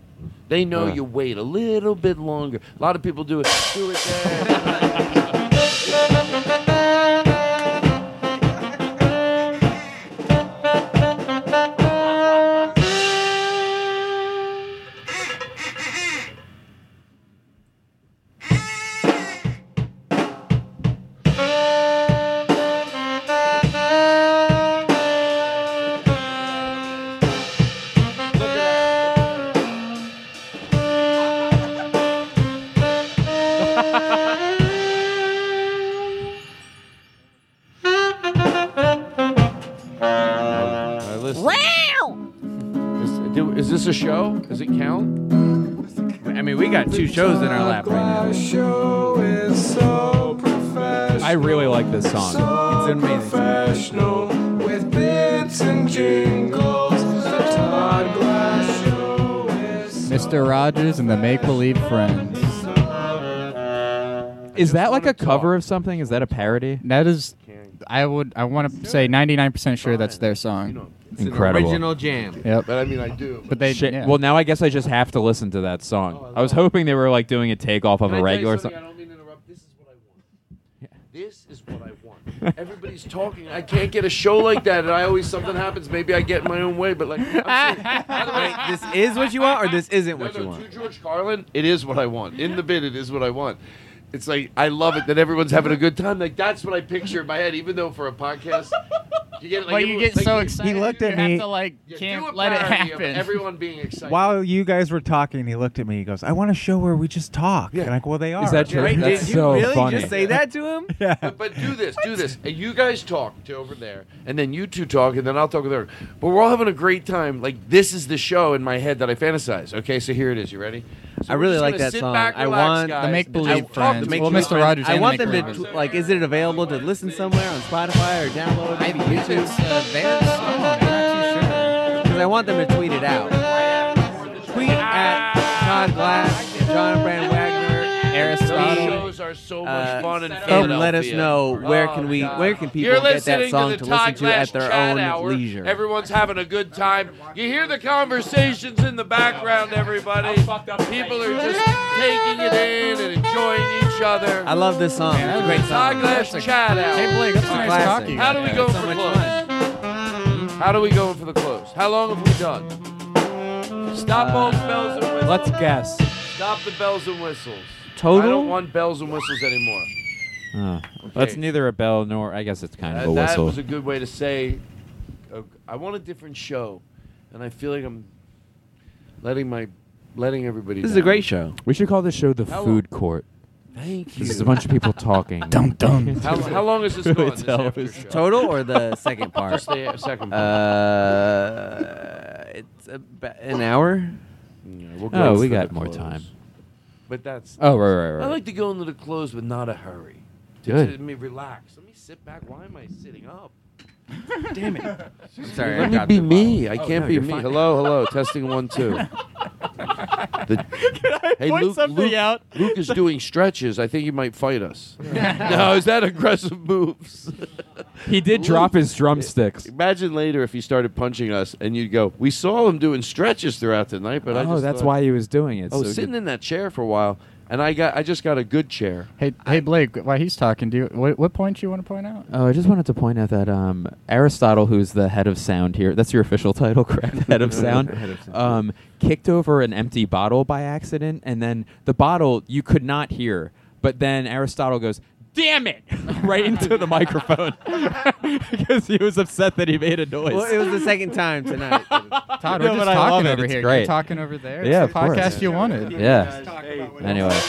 [SPEAKER 2] They know
[SPEAKER 4] Yeah.
[SPEAKER 2] you wait a little bit longer. A lot of people do it. Do it All right, listen. Is, do- is this a show? Does it count?
[SPEAKER 10] I mean, we got two shows in our lap right now.
[SPEAKER 3] show is so professional.
[SPEAKER 4] I really like this song.
[SPEAKER 3] It's amazing. Professional with bits and jingles. The Todd Glass show is
[SPEAKER 6] Mister Rogers and the Make Believe Friends.
[SPEAKER 4] Is that like a cover of something? Is that a parody?
[SPEAKER 6] That is, I would, I want to say 99% sure that's their song.
[SPEAKER 4] an Incredible.
[SPEAKER 2] original jam.
[SPEAKER 6] Yep.
[SPEAKER 2] But I mean, I do,
[SPEAKER 6] But they,
[SPEAKER 4] Shit.
[SPEAKER 6] yeah.
[SPEAKER 4] Well, now I guess I just have to listen to that song.
[SPEAKER 2] Oh,
[SPEAKER 4] I was hoping they were like doing a takeoff of
[SPEAKER 2] Can I tell
[SPEAKER 4] a
[SPEAKER 2] you
[SPEAKER 4] regular
[SPEAKER 2] something?
[SPEAKER 4] song.
[SPEAKER 2] I don't mean to interrupt. This is what I want. This is what I want. Everybody's talking. I can't get a show like that, and I always something happens. Maybe I get in my own way, but like, I'm serious. By the way,
[SPEAKER 10] This is what you want, or this isn't what
[SPEAKER 2] no,
[SPEAKER 10] you
[SPEAKER 2] no,
[SPEAKER 10] want.
[SPEAKER 2] To George Carlin, it is what I want. In the bid, it is what I want. It's like I love it that everyone's having a good time. Like that's what I picture in my head. Even though for a podcast, you get like,
[SPEAKER 6] Well, you
[SPEAKER 2] everyone-
[SPEAKER 6] get
[SPEAKER 2] like,
[SPEAKER 6] so excited.
[SPEAKER 5] He looked at
[SPEAKER 6] you have
[SPEAKER 5] me-
[SPEAKER 6] to like
[SPEAKER 2] Yeah, do a
[SPEAKER 6] can't let it
[SPEAKER 2] parody of
[SPEAKER 6] happen.
[SPEAKER 2] Everyone being excited.
[SPEAKER 5] While you guys were talking, he looked at me. He goes, "I want a show where we just talk." And like, well, they are.
[SPEAKER 4] Is that true?
[SPEAKER 2] Right?
[SPEAKER 4] That's
[SPEAKER 2] Did you
[SPEAKER 4] so
[SPEAKER 2] really
[SPEAKER 4] funny.
[SPEAKER 2] just say that
[SPEAKER 10] to him?
[SPEAKER 5] Yeah.
[SPEAKER 2] But, but do this, do this. And you guys talk to over there, and then you two talk, and then I'll talk with her. But we're all having a great time. Like this is the show in my head that I fantasize. Okay, so here it is. You ready? So
[SPEAKER 10] I
[SPEAKER 2] we're
[SPEAKER 10] really
[SPEAKER 2] just
[SPEAKER 10] like
[SPEAKER 2] gonna
[SPEAKER 10] that
[SPEAKER 2] sit
[SPEAKER 10] song.
[SPEAKER 2] Back,
[SPEAKER 10] I
[SPEAKER 2] relax,
[SPEAKER 10] want
[SPEAKER 2] guys,
[SPEAKER 10] the
[SPEAKER 2] and
[SPEAKER 10] Make
[SPEAKER 2] just
[SPEAKER 10] Believe
[SPEAKER 2] talk to
[SPEAKER 10] Friends.
[SPEAKER 2] Make
[SPEAKER 10] Well,
[SPEAKER 2] Believe
[SPEAKER 10] Mr.
[SPEAKER 2] Friends.
[SPEAKER 10] Rogers. I want them to tw- like. Is it available to listen somewhere on Spotify or download it? Maybe YouTube. Because I want them to tweet it out. Tweet at Todd Glass, John Brand Wagner,
[SPEAKER 2] Those
[SPEAKER 10] Aristotle.
[SPEAKER 2] shows are so much fun in
[SPEAKER 1] Uh,
[SPEAKER 10] and let us
[SPEAKER 2] Philadelphia.
[SPEAKER 10] know where
[SPEAKER 2] Oh,
[SPEAKER 10] can we
[SPEAKER 2] God.
[SPEAKER 10] where can people
[SPEAKER 2] You're
[SPEAKER 10] get that
[SPEAKER 2] listening
[SPEAKER 10] song
[SPEAKER 2] to,
[SPEAKER 10] to,
[SPEAKER 2] the
[SPEAKER 10] listen
[SPEAKER 2] Todd
[SPEAKER 10] to at
[SPEAKER 2] Glass
[SPEAKER 10] their
[SPEAKER 2] Chat
[SPEAKER 10] own
[SPEAKER 2] hour.
[SPEAKER 10] leisure.
[SPEAKER 2] Everyone's having a good time. You hear the conversations in the background, everybody. People are just taking it in and enjoying each other.
[SPEAKER 10] I love this song. <laughs> It's a great
[SPEAKER 2] Todd
[SPEAKER 10] song.
[SPEAKER 2] Glass Chat Hour.
[SPEAKER 10] Hey, Blake, that's a nice Classic. talk you
[SPEAKER 2] How
[SPEAKER 10] got
[SPEAKER 2] do we
[SPEAKER 10] there.
[SPEAKER 2] go
[SPEAKER 10] So
[SPEAKER 2] for
[SPEAKER 10] much
[SPEAKER 2] close? How do we go for the close? How long have we done? Stop all the bells and whistles.
[SPEAKER 4] Let's guess.
[SPEAKER 2] Stop the bells and whistles.
[SPEAKER 4] Total?
[SPEAKER 2] I don't want bells and whistles anymore.
[SPEAKER 4] Uh, That's neither a bell nor I guess it's kind
[SPEAKER 2] That,
[SPEAKER 4] of a
[SPEAKER 2] that
[SPEAKER 4] whistle.
[SPEAKER 2] was a good way to say, uh, I want a different show, and I feel like I'm letting my letting everybody.
[SPEAKER 10] This is
[SPEAKER 2] down.
[SPEAKER 10] a great show.
[SPEAKER 4] We should call the show the
[SPEAKER 2] How long-
[SPEAKER 4] Food Court.
[SPEAKER 2] Thank
[SPEAKER 4] This is
[SPEAKER 2] you.
[SPEAKER 4] a bunch of people talking.
[SPEAKER 6] <laughs> Dum dum.
[SPEAKER 2] How, how long has
[SPEAKER 10] <laughs>
[SPEAKER 2] this gone? This after show?
[SPEAKER 10] Total or
[SPEAKER 2] <laughs>
[SPEAKER 10] the second part?
[SPEAKER 2] Just the uh, second part.
[SPEAKER 10] Uh, it's about an hour.
[SPEAKER 2] Yeah, we'll go
[SPEAKER 4] Oh,
[SPEAKER 2] for
[SPEAKER 4] we
[SPEAKER 2] the
[SPEAKER 4] got more
[SPEAKER 2] close.
[SPEAKER 4] time.
[SPEAKER 2] But that's.
[SPEAKER 4] Oh, right, right, right.
[SPEAKER 2] I like to go into the close, but not a hurry. To-
[SPEAKER 4] Good.
[SPEAKER 2] to- Let me relax. Let me sit back. Why am I sitting up? <laughs> Damn it.
[SPEAKER 10] Sorry, I
[SPEAKER 2] Let me
[SPEAKER 10] got
[SPEAKER 2] be
[SPEAKER 10] the
[SPEAKER 2] me. I
[SPEAKER 10] bottle. Oh,
[SPEAKER 2] can't
[SPEAKER 10] no,
[SPEAKER 2] be
[SPEAKER 10] you're
[SPEAKER 2] me.
[SPEAKER 10] fine.
[SPEAKER 2] Hello, hello. Testing
[SPEAKER 10] <laughs>
[SPEAKER 2] one, two. The- hey,
[SPEAKER 10] point
[SPEAKER 2] Luke,
[SPEAKER 10] something
[SPEAKER 2] Luke,
[SPEAKER 10] out?
[SPEAKER 2] Luke is doing stretches. I think he might fight
[SPEAKER 10] <laughs>
[SPEAKER 2] us. no, is that aggressive moves? <laughs>
[SPEAKER 4] He did drop his drumsticks.
[SPEAKER 2] Imagine later if he started punching us and you'd go, We saw him doing stretches throughout the night, but I
[SPEAKER 4] oh,
[SPEAKER 2] just
[SPEAKER 4] that's
[SPEAKER 2] thought-
[SPEAKER 4] why he was doing it.
[SPEAKER 2] I was
[SPEAKER 4] so
[SPEAKER 2] sitting
[SPEAKER 4] good.
[SPEAKER 2] in that chair for a while, and I got I just got a good chair.
[SPEAKER 6] Hey, hey, Blake. While he's talking, do you, what, what point you want to point out?
[SPEAKER 4] Oh, I just wanted to point out that um, Aristotle, who's the head of sound here, that's your official <laughs> title, correct? head
[SPEAKER 10] <laughs>
[SPEAKER 4] of sound.
[SPEAKER 10] Head of sound.
[SPEAKER 4] Um, kicked over an empty bottle by accident, and then the bottle you could not hear, but then Aristotle goes, <laughs> "Damn it!" right into the microphone <laughs> because he was upset that he made a noise.
[SPEAKER 10] Well, it was the second time
[SPEAKER 4] <laughs>
[SPEAKER 10] tonight.
[SPEAKER 6] Todd,
[SPEAKER 4] No, but
[SPEAKER 6] we're just
[SPEAKER 4] I love
[SPEAKER 6] talking
[SPEAKER 4] it.
[SPEAKER 6] over
[SPEAKER 4] It's
[SPEAKER 6] here.
[SPEAKER 4] great.
[SPEAKER 6] You're talking over there.
[SPEAKER 4] Yeah,
[SPEAKER 6] it's the
[SPEAKER 4] of course.
[SPEAKER 6] podcast you wanted.
[SPEAKER 4] yeah. Anyway,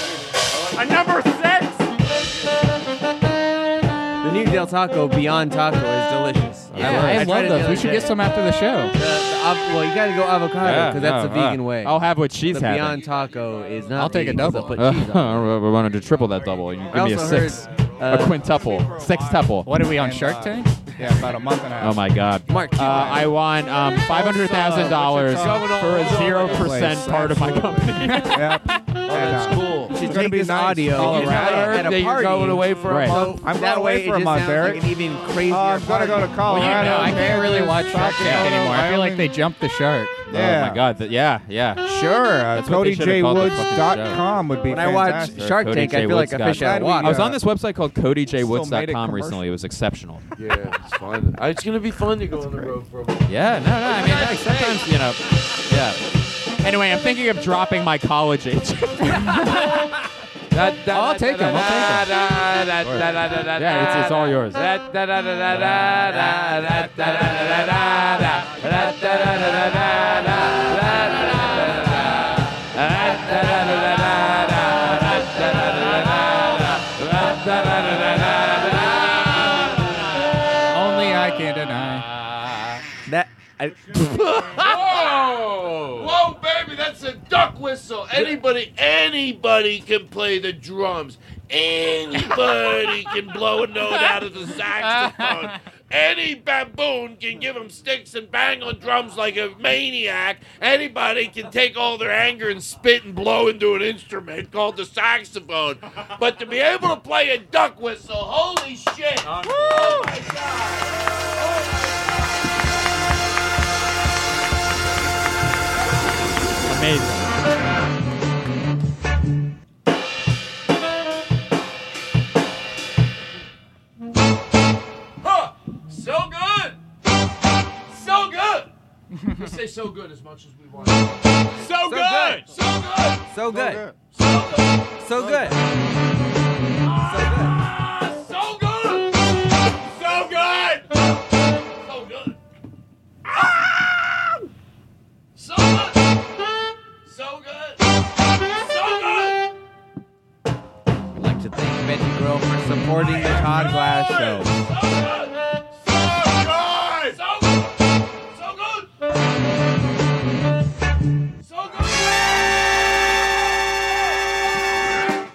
[SPEAKER 2] A number six.
[SPEAKER 10] The new Del Taco Beyond Taco is delicious.
[SPEAKER 6] Yeah, I,
[SPEAKER 10] tried
[SPEAKER 6] love
[SPEAKER 10] it the
[SPEAKER 6] those.
[SPEAKER 10] other
[SPEAKER 6] We should
[SPEAKER 10] day.
[SPEAKER 6] get some after the show.
[SPEAKER 10] The- the av- well, you got to go avocado
[SPEAKER 4] Yeah,
[SPEAKER 10] because that's the
[SPEAKER 4] no,
[SPEAKER 10] vegan
[SPEAKER 4] uh,
[SPEAKER 10] way.
[SPEAKER 4] I'll have what she's
[SPEAKER 10] the
[SPEAKER 4] having.
[SPEAKER 10] Beyond Taco is not.
[SPEAKER 6] I'll take a
[SPEAKER 10] vegan, 'cause
[SPEAKER 6] double.
[SPEAKER 10] they'll put cheese
[SPEAKER 5] <laughs>
[SPEAKER 10] on it.
[SPEAKER 4] <laughs> Uh, we wanted to triple that double. You
[SPEAKER 10] I
[SPEAKER 4] give me a
[SPEAKER 10] also
[SPEAKER 4] six,
[SPEAKER 10] heard,
[SPEAKER 4] a
[SPEAKER 10] uh,
[SPEAKER 4] quintuple, sextuple.
[SPEAKER 6] What are we on Shark Tank?
[SPEAKER 8] Yeah, about a month <laughs> and a half.
[SPEAKER 4] Oh my God,
[SPEAKER 10] Mark,
[SPEAKER 4] Uh, I want um, five hundred thousand dollars
[SPEAKER 8] What's your
[SPEAKER 4] for a
[SPEAKER 8] total?
[SPEAKER 4] zero percent part of my company.
[SPEAKER 8] Yep. And, uh,
[SPEAKER 2] Cool.
[SPEAKER 10] should
[SPEAKER 8] gonna
[SPEAKER 10] take
[SPEAKER 8] be
[SPEAKER 10] this
[SPEAKER 8] nice.
[SPEAKER 10] audio
[SPEAKER 8] All
[SPEAKER 10] and
[SPEAKER 8] around.
[SPEAKER 10] have it at
[SPEAKER 2] That
[SPEAKER 10] a
[SPEAKER 2] you're
[SPEAKER 10] party.
[SPEAKER 2] going away for a
[SPEAKER 4] Right.
[SPEAKER 2] month.
[SPEAKER 8] I'm
[SPEAKER 10] that
[SPEAKER 8] going
[SPEAKER 10] way
[SPEAKER 8] away
[SPEAKER 10] it
[SPEAKER 8] for a
[SPEAKER 10] just
[SPEAKER 8] month,
[SPEAKER 10] sounds
[SPEAKER 8] Eric.
[SPEAKER 10] like an even crazier.
[SPEAKER 8] Oh, I'm gonna
[SPEAKER 10] party.
[SPEAKER 8] go to
[SPEAKER 6] Well, you
[SPEAKER 8] Colorado.
[SPEAKER 6] know, I can't really
[SPEAKER 8] Kansas,
[SPEAKER 6] watch Shark Tank
[SPEAKER 8] Colorado,
[SPEAKER 6] anymore. I feel like
[SPEAKER 8] Wyoming.
[SPEAKER 6] they jumped the shark.
[SPEAKER 8] Yeah.
[SPEAKER 4] Oh my God, th- yeah, yeah.
[SPEAKER 8] Sure, uh,
[SPEAKER 4] what they should've called the fucking
[SPEAKER 8] CodyJWoods.com would be
[SPEAKER 10] When I watch
[SPEAKER 8] fantastic.
[SPEAKER 10] Shark
[SPEAKER 4] Cody
[SPEAKER 10] Tank,
[SPEAKER 4] J.
[SPEAKER 10] I feel like
[SPEAKER 4] Woods
[SPEAKER 10] a
[SPEAKER 4] got
[SPEAKER 10] fish
[SPEAKER 4] it.
[SPEAKER 10] out of
[SPEAKER 8] Glad we,
[SPEAKER 10] water.
[SPEAKER 4] I was
[SPEAKER 8] uh,
[SPEAKER 4] on this website called
[SPEAKER 8] made a
[SPEAKER 4] CodyJWoods.com
[SPEAKER 8] commercial.
[SPEAKER 4] recently. It was exceptional.
[SPEAKER 2] <laughs> Yeah, it's fun. Uh, It's gonna be fun to go on the road for a month.
[SPEAKER 4] Yeah, no, no. I mean, like, sometimes you know, yeah. Anyway, I'm thinking of dropping my college age. <laughs>
[SPEAKER 2] I'll
[SPEAKER 6] take 'em, I'll
[SPEAKER 2] take him.
[SPEAKER 4] Yeah, it's- it's all yours.
[SPEAKER 6] Only I can deny.
[SPEAKER 10] That I, <laughs>
[SPEAKER 2] Whoa! Whoa, baby, that's a duck whistle. Anybody, anybody can play the drums. Anybody can blow a note out of the saxophone.
[SPEAKER 13] Any baboon can give him sticks and bang on drums like a maniac. Anybody can take all their anger and spit and blow into an instrument called the saxophone. But to be able to play a duck whistle, holy shit! Oh my God.
[SPEAKER 6] Amazing.
[SPEAKER 13] Huh! So good! So
[SPEAKER 2] <laughs>
[SPEAKER 13] good! we say so good as much as we want. So, good! So good!
[SPEAKER 10] So good.
[SPEAKER 13] So good! So good! So good! So good! Ah! So good! So good! So good!
[SPEAKER 10] I'd like to thank Betty Grill for supporting the Todd Glass Show.
[SPEAKER 4] <laughs>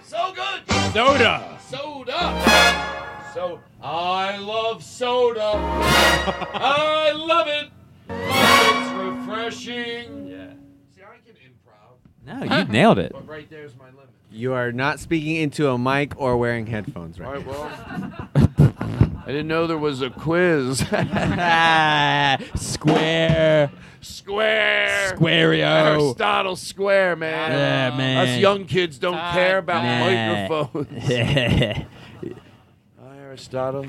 [SPEAKER 13] So good!
[SPEAKER 14] Soda.
[SPEAKER 13] Soda! So, I love soda.
[SPEAKER 3] <laughs>
[SPEAKER 13] I love it. It's refreshing. Yeah.
[SPEAKER 4] No, Oh, you nailed it.
[SPEAKER 13] But right there's my limit.
[SPEAKER 10] You are not speaking into a mic or wearing headphones right, now.
[SPEAKER 2] I didn't know there was
[SPEAKER 13] <laughs>
[SPEAKER 2] a quiz.
[SPEAKER 4] Square.
[SPEAKER 13] Square.
[SPEAKER 4] Squareo.
[SPEAKER 2] Aristotle Square, man.
[SPEAKER 4] Yeah, man.
[SPEAKER 2] Us young kids don't care about
[SPEAKER 13] <laughs>
[SPEAKER 4] Nah. <laughs>
[SPEAKER 2] microphones. Hi, <laughs> Aristotle.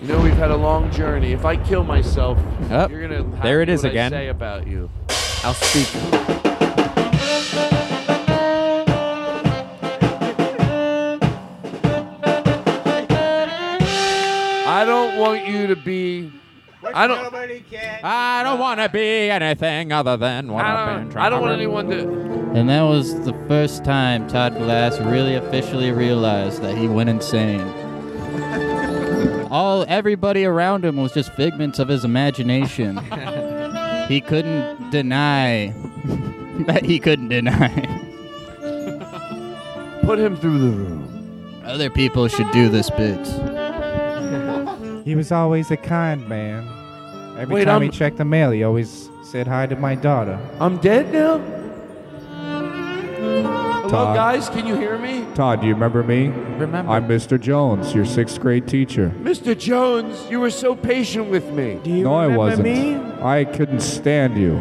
[SPEAKER 2] You know we've had a long journey. If I kill myself,
[SPEAKER 4] Up.
[SPEAKER 2] you're gonna have
[SPEAKER 4] There it is
[SPEAKER 2] what I
[SPEAKER 4] again.
[SPEAKER 2] say about you.
[SPEAKER 4] I'll speak.
[SPEAKER 2] I don't want you to be. I don't.
[SPEAKER 4] I don't want to be anything other than what I've been trying
[SPEAKER 2] I don't want anyone to.
[SPEAKER 6] And that was the first time Todd Glass really officially realized that he went insane. All everybody around him was just figments of his imagination. he couldn't deny <laughs> that he couldn't deny.
[SPEAKER 2] Put him through the room.
[SPEAKER 6] Other people should do this bit.
[SPEAKER 8] He was always a kind man. Every
[SPEAKER 2] Wait,
[SPEAKER 8] time
[SPEAKER 2] I'm-
[SPEAKER 8] he checked the mail, he always said hi to my daughter.
[SPEAKER 2] I'm dead now. Hello,
[SPEAKER 8] Todd.
[SPEAKER 2] guys. Can you hear me?
[SPEAKER 8] Todd, do you remember me? Remember. I'm Mr. Jones, your sixth grade teacher.
[SPEAKER 2] Mr. Jones, you were so patient with me. Do you
[SPEAKER 8] no, I wasn't. I couldn't stand you.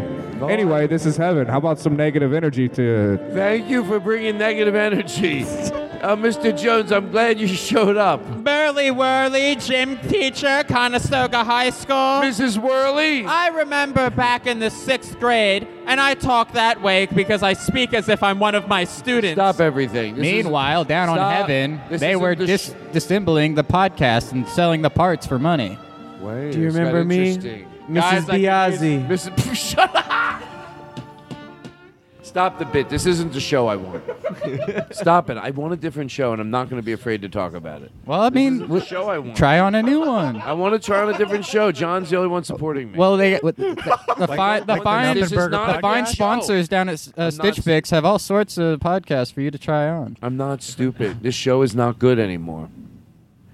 [SPEAKER 8] Anyway, this is heaven. How about some negative energy to.
[SPEAKER 2] Thank you for bringing negative energy. Uh, Mr. Jones, I'm glad you showed up.
[SPEAKER 4] Burley Whirly, gym teacher, Conestoga High School.
[SPEAKER 2] Mrs. Whirly.
[SPEAKER 4] I remember back in the sixth grade, and I talk that way because I speak as if I'm one of my students. Stop
[SPEAKER 2] everything.
[SPEAKER 6] Meanwhile, down on heaven, they were dis- disassembling the podcast and selling the parts for money.
[SPEAKER 2] Wait,
[SPEAKER 10] Do you remember me?
[SPEAKER 4] <laughs>
[SPEAKER 10] Mrs. Biazzi.
[SPEAKER 3] <laughs>
[SPEAKER 2] Mrs. Shut up! Stop the bit. This isn't the show I <laughs> want. Stop it. I want a different show, and I'm not going to be afraid to talk about it.
[SPEAKER 6] Well, I mean,
[SPEAKER 2] The show I want.
[SPEAKER 6] try on a new one.
[SPEAKER 2] I want to try on a different show. John's the only one supporting me.
[SPEAKER 6] Well, they
[SPEAKER 2] <laughs>
[SPEAKER 6] the, the fine the
[SPEAKER 2] like the
[SPEAKER 6] fine
[SPEAKER 2] This is not
[SPEAKER 6] the
[SPEAKER 2] a
[SPEAKER 6] fine
[SPEAKER 2] podcast.
[SPEAKER 6] sponsors down at uh, Stitch Fix have all sorts of podcasts for you to try on.
[SPEAKER 2] I'm not stupid. This show is not good anymore.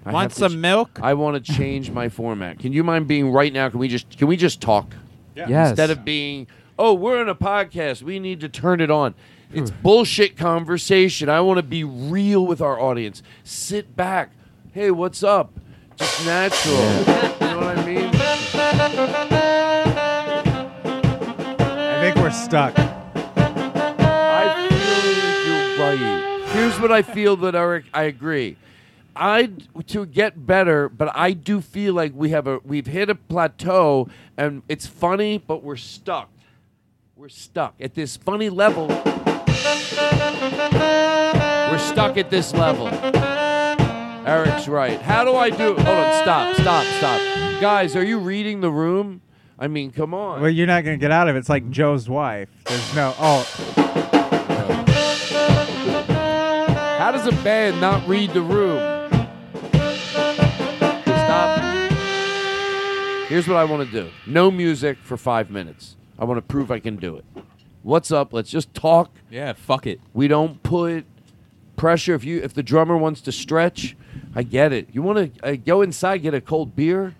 [SPEAKER 2] I
[SPEAKER 6] Want
[SPEAKER 2] have to
[SPEAKER 6] some
[SPEAKER 2] ch-
[SPEAKER 4] milk?
[SPEAKER 2] I want to change my format. Can you mind being right now? Can we just can we just talk?
[SPEAKER 4] Yeah. Yes.
[SPEAKER 2] Instead of being, oh, we're in a podcast. We need to turn it on. It's bullshit conversation. I want to be real with our audience. Sit back. Hey, what's up? Just natural. You know what I mean?
[SPEAKER 5] I think we're stuck.
[SPEAKER 2] I feel that you're right. Here's what I feel that Eric. I agree. I to get better, but I do feel like we have a we've hit a plateau, and it's funny, but we're stuck. We're stuck at this funny level. We're stuck at this level. Eric's right. How do I do? Hold on. Stop. Stop. Stop. Guys, are you reading the room? I mean, come on.
[SPEAKER 5] Well, you're not going to get out of it. It's like Joe's wife. There's no. Oh.
[SPEAKER 2] How does a band not read the room? Stop. Here's what I want to do no music for five minutes. I want to prove I can do it. What's up? Let's just talk.
[SPEAKER 4] Yeah, fuck it.
[SPEAKER 2] We don't put pressure. If you, if the drummer wants to stretch, I get it. You want to uh, go inside, get a cold beer,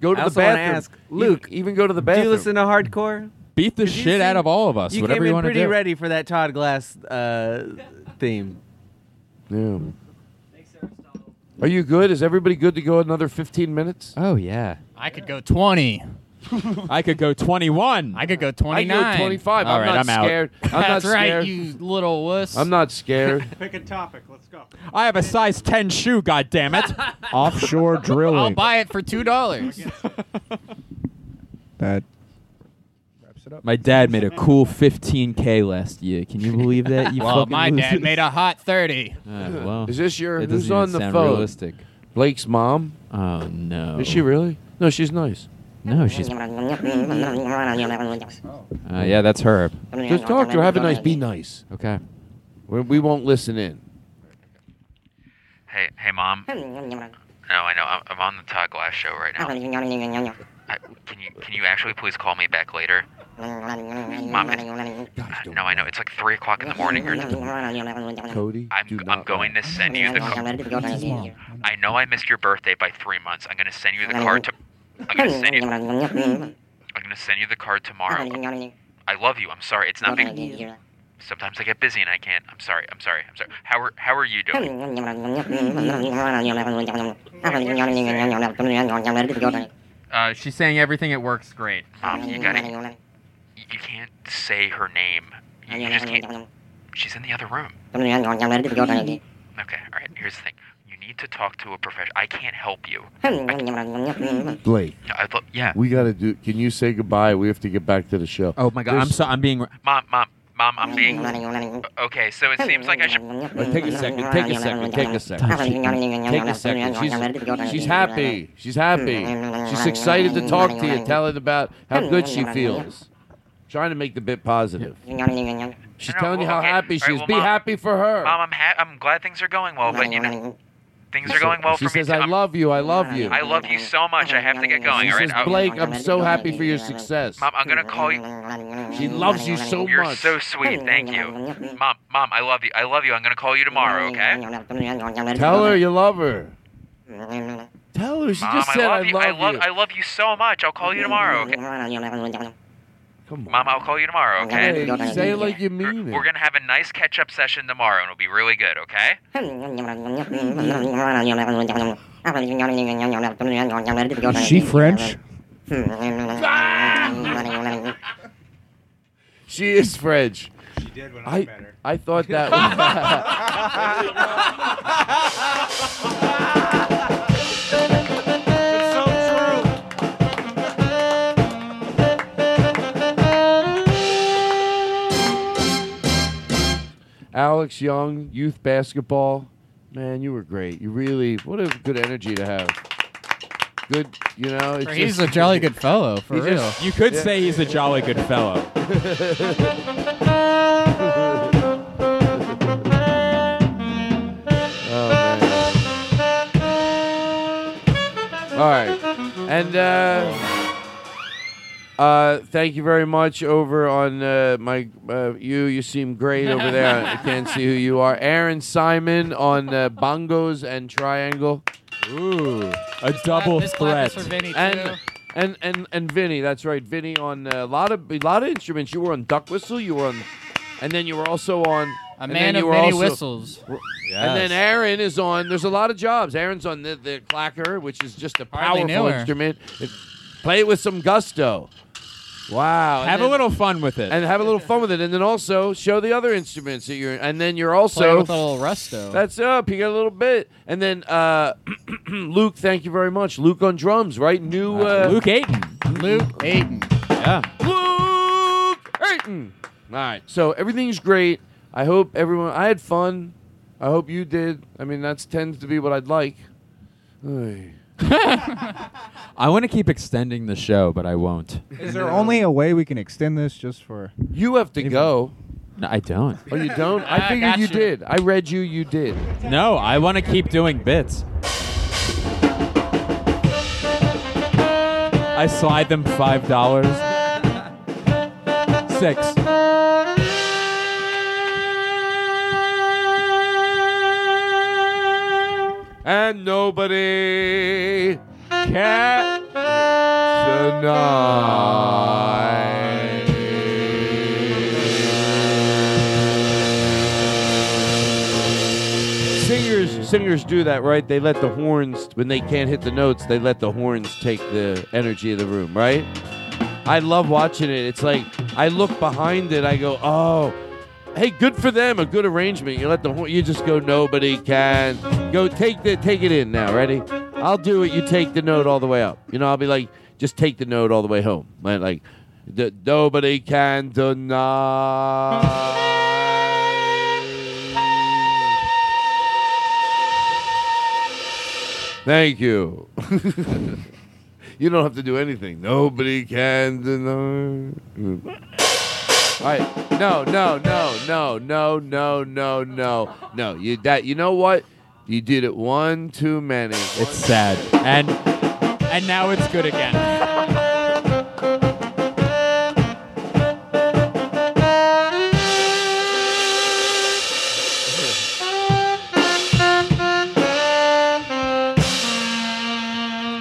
[SPEAKER 2] go to
[SPEAKER 10] I
[SPEAKER 2] the
[SPEAKER 10] also wanna
[SPEAKER 2] bathroom.
[SPEAKER 10] ask,
[SPEAKER 2] E-
[SPEAKER 10] Luke,
[SPEAKER 2] even go to the
[SPEAKER 10] Do
[SPEAKER 2] bathroom.
[SPEAKER 10] you listen to hardcore?
[SPEAKER 4] Beat the shit out of all of us,
[SPEAKER 10] You
[SPEAKER 4] whatever
[SPEAKER 10] came
[SPEAKER 4] you
[SPEAKER 10] in
[SPEAKER 4] wanna
[SPEAKER 10] pretty
[SPEAKER 4] do.
[SPEAKER 10] ready for that Todd Glass uh, theme.
[SPEAKER 2] Yeah. Are you good? Is everybody good to go another 15 minutes?
[SPEAKER 4] Oh, yeah.
[SPEAKER 6] I could
[SPEAKER 4] <laughs>
[SPEAKER 6] go 20.
[SPEAKER 4] I could go 21.
[SPEAKER 6] I could go 29.
[SPEAKER 2] I go 25.
[SPEAKER 4] All
[SPEAKER 2] I'm
[SPEAKER 4] right,
[SPEAKER 2] not
[SPEAKER 4] I'm out.
[SPEAKER 2] scared. <laughs> I'm
[SPEAKER 6] That's
[SPEAKER 2] not
[SPEAKER 6] right,
[SPEAKER 2] scared.
[SPEAKER 6] you little wuss.
[SPEAKER 2] I'm not scared.
[SPEAKER 6] <laughs> Pick a topic. Let's go.
[SPEAKER 4] I have a size 10 shoe,
[SPEAKER 6] <laughs>
[SPEAKER 4] goddammit.
[SPEAKER 8] Offshore drilling.
[SPEAKER 6] I'll buy it for two dollars.
[SPEAKER 8] that.
[SPEAKER 4] My dad made a cool 15K last year. Can you believe that?
[SPEAKER 14] <laughs>
[SPEAKER 4] You
[SPEAKER 6] well,
[SPEAKER 4] fucking
[SPEAKER 6] my
[SPEAKER 4] loser.
[SPEAKER 6] dad made a
[SPEAKER 4] <laughs>
[SPEAKER 6] hot thirty.
[SPEAKER 4] Alright, well,
[SPEAKER 2] Is this your
[SPEAKER 4] it doesn't
[SPEAKER 2] who's
[SPEAKER 4] even
[SPEAKER 2] on the
[SPEAKER 4] sound
[SPEAKER 2] phone?
[SPEAKER 4] Realistic.
[SPEAKER 2] Blake's mom.
[SPEAKER 4] Oh no.
[SPEAKER 2] Is she really? No, she's nice.
[SPEAKER 4] No, she's. Uh, yeah, that's her.
[SPEAKER 2] Just talk to her. Have a nice. Be nice.
[SPEAKER 4] Okay.
[SPEAKER 2] We, we won't listen in.
[SPEAKER 14] Hey, hey, mom. No, I know. I'm, I'm on the Todd Glass show right now. I, can you can you actually please call me back later? Mom, I, no, I know. It's like three o'clock in the morning. Or,
[SPEAKER 2] Cody,
[SPEAKER 14] I'm I'm going to send you the. Car. I know I missed your birthday by three months. I'm gonna send you the card to. I'm gonna send you. I'm gonna send you the card tomorrow. I love you. I'm sorry. It's not. Big. Sometimes I get busy and I can't. I'm sorry. I'm sorry. I'm sorry. How are How are you doing?
[SPEAKER 15] Uh, she's saying everything at work's great.
[SPEAKER 14] Mom, you gotta. You you can't say her name. You, you just can't. She's in the other room. Okay, all right. Here's the thing. You need to talk to a professional. I can't help you.
[SPEAKER 2] Blake.
[SPEAKER 14] I thought, yeah.
[SPEAKER 2] We gotta do. Can you say goodbye? We have to get back to the show.
[SPEAKER 4] Oh my god, I'm so I'm being.
[SPEAKER 14] Mom, mom, mom. I'm being. Okay, so it seems like I should.
[SPEAKER 2] take a second. Take a second. Take a second. Take a second. She's, she's happy. She's happy. She's excited to talk to you. Tell it about how good she feels. Trying to make the bit positive. She's telling you how happy she is. Be happy for her.
[SPEAKER 14] Mom, I'm ha- I'm glad things are going well, but you know, things are going well
[SPEAKER 2] She
[SPEAKER 14] for me.
[SPEAKER 2] says, "I love you. I love you."
[SPEAKER 14] I love you so much. I have to get going.
[SPEAKER 2] She
[SPEAKER 14] all right,
[SPEAKER 2] says,
[SPEAKER 14] I'll-
[SPEAKER 2] "Blake, I'm so happy for your success."
[SPEAKER 14] Mom, I'm gonna call you.
[SPEAKER 2] She loves you so
[SPEAKER 14] You're
[SPEAKER 2] much.
[SPEAKER 14] so sweet. Thank you, mom. Mom, I love you. I love you. I'm gonna call you tomorrow. Okay.
[SPEAKER 2] Tell her you love her. Tell her she
[SPEAKER 14] Mom,
[SPEAKER 2] just said,
[SPEAKER 14] I
[SPEAKER 2] "I
[SPEAKER 14] love you. I love.
[SPEAKER 2] you."
[SPEAKER 14] I love you so much. I'll call you tomorrow. Okay.
[SPEAKER 2] Come
[SPEAKER 14] on. Mom, I'll call you tomorrow. Okay.
[SPEAKER 2] Hey, say it like you mean it.
[SPEAKER 14] We're gonna have a nice catch-up session tomorrow, and it'll be really good. Okay.
[SPEAKER 8] Is
[SPEAKER 2] <laughs>
[SPEAKER 8] she French?
[SPEAKER 2] She is French. She did when I, I met her. I thought that was.
[SPEAKER 14] <laughs>
[SPEAKER 2] <laughs> Alex Young, youth basketball. Man, you were great. You really, what a good energy to have. Good, you know. It's
[SPEAKER 6] He's
[SPEAKER 2] just-
[SPEAKER 6] a jolly
[SPEAKER 2] <laughs>
[SPEAKER 6] good <laughs> fellow, for
[SPEAKER 2] He
[SPEAKER 6] real.
[SPEAKER 2] just-
[SPEAKER 4] You could
[SPEAKER 2] Yeah.
[SPEAKER 4] say he's a jolly good fellow.
[SPEAKER 2] Oh, man. <laughs> All right. And uh, uh, thank you very much over on uh, my uh, you. You seem great over there. I can't see who you are. Aaron Simon on uh, bongos and triangle. Ooh,
[SPEAKER 4] a double
[SPEAKER 2] this
[SPEAKER 4] clap is for threat. Vinny, too.
[SPEAKER 2] And and and and Vinny, that's right, Vinny on uh, a lot of a lot of instruments. You were on duck whistle. You were on, and then you were also on
[SPEAKER 6] A
[SPEAKER 2] and
[SPEAKER 6] man
[SPEAKER 2] then you were
[SPEAKER 6] of many
[SPEAKER 2] also-
[SPEAKER 6] whistles.
[SPEAKER 2] And then Aaron is on. There's a lot of jobs. Aaron's on the, the clacker, which is just a
[SPEAKER 6] Hardly knew
[SPEAKER 2] powerful
[SPEAKER 6] her.
[SPEAKER 2] instrument. It- play it with some gusto. Wow.
[SPEAKER 4] Have a little fun with it.
[SPEAKER 2] And have a little fun with it, and then also show the other instruments that you're. And then you're also
[SPEAKER 6] Play with a little resto.
[SPEAKER 2] That's up. You got a little bit, and then uh, <clears throat> Luke. Thank you very much, Luke on drums. Right, new uh,
[SPEAKER 4] Luke Aiton.
[SPEAKER 6] Luke Aiton.
[SPEAKER 4] Yeah.
[SPEAKER 2] Luke Aiton. All right. So everything's great. I hope everyone. I had fun. I hope you did. I mean, that's tends to be what I'd like. Oy.
[SPEAKER 4] I want to keep extending the show, but I won't.
[SPEAKER 8] Is
[SPEAKER 2] uh,
[SPEAKER 8] there only a way we can extend this just for?
[SPEAKER 2] You have to go.
[SPEAKER 4] No, I don't.
[SPEAKER 2] Oh, you <laughs> don't?
[SPEAKER 8] Ah,
[SPEAKER 2] I figured you
[SPEAKER 8] gotcha.
[SPEAKER 2] did. I read you. You did.
[SPEAKER 4] No, I want to keep doing bits. I slide them five dollars. Six.
[SPEAKER 2] and nobody can deny. Singers, singers do that, right? They let the horns when they can't hit the notes. They let the horns take the energy of the room, right? I love watching it. It's like I look behind it. I go, oh, hey, good for them. A good arrangement. You let the horn. You just go. Nobody can go. Take the take it in now. Ready? I'll do it. You take the note all the way up. You know, I'll be like, just take the note all the way home. Like, like d- nobody can deny. Thank you. <laughs> you don't have to do anything. Nobody can deny. All right. No, no, no, no, no, no, no, no, no. You that you know what? You did it one too many. It's
[SPEAKER 4] sad. And and now it's good again.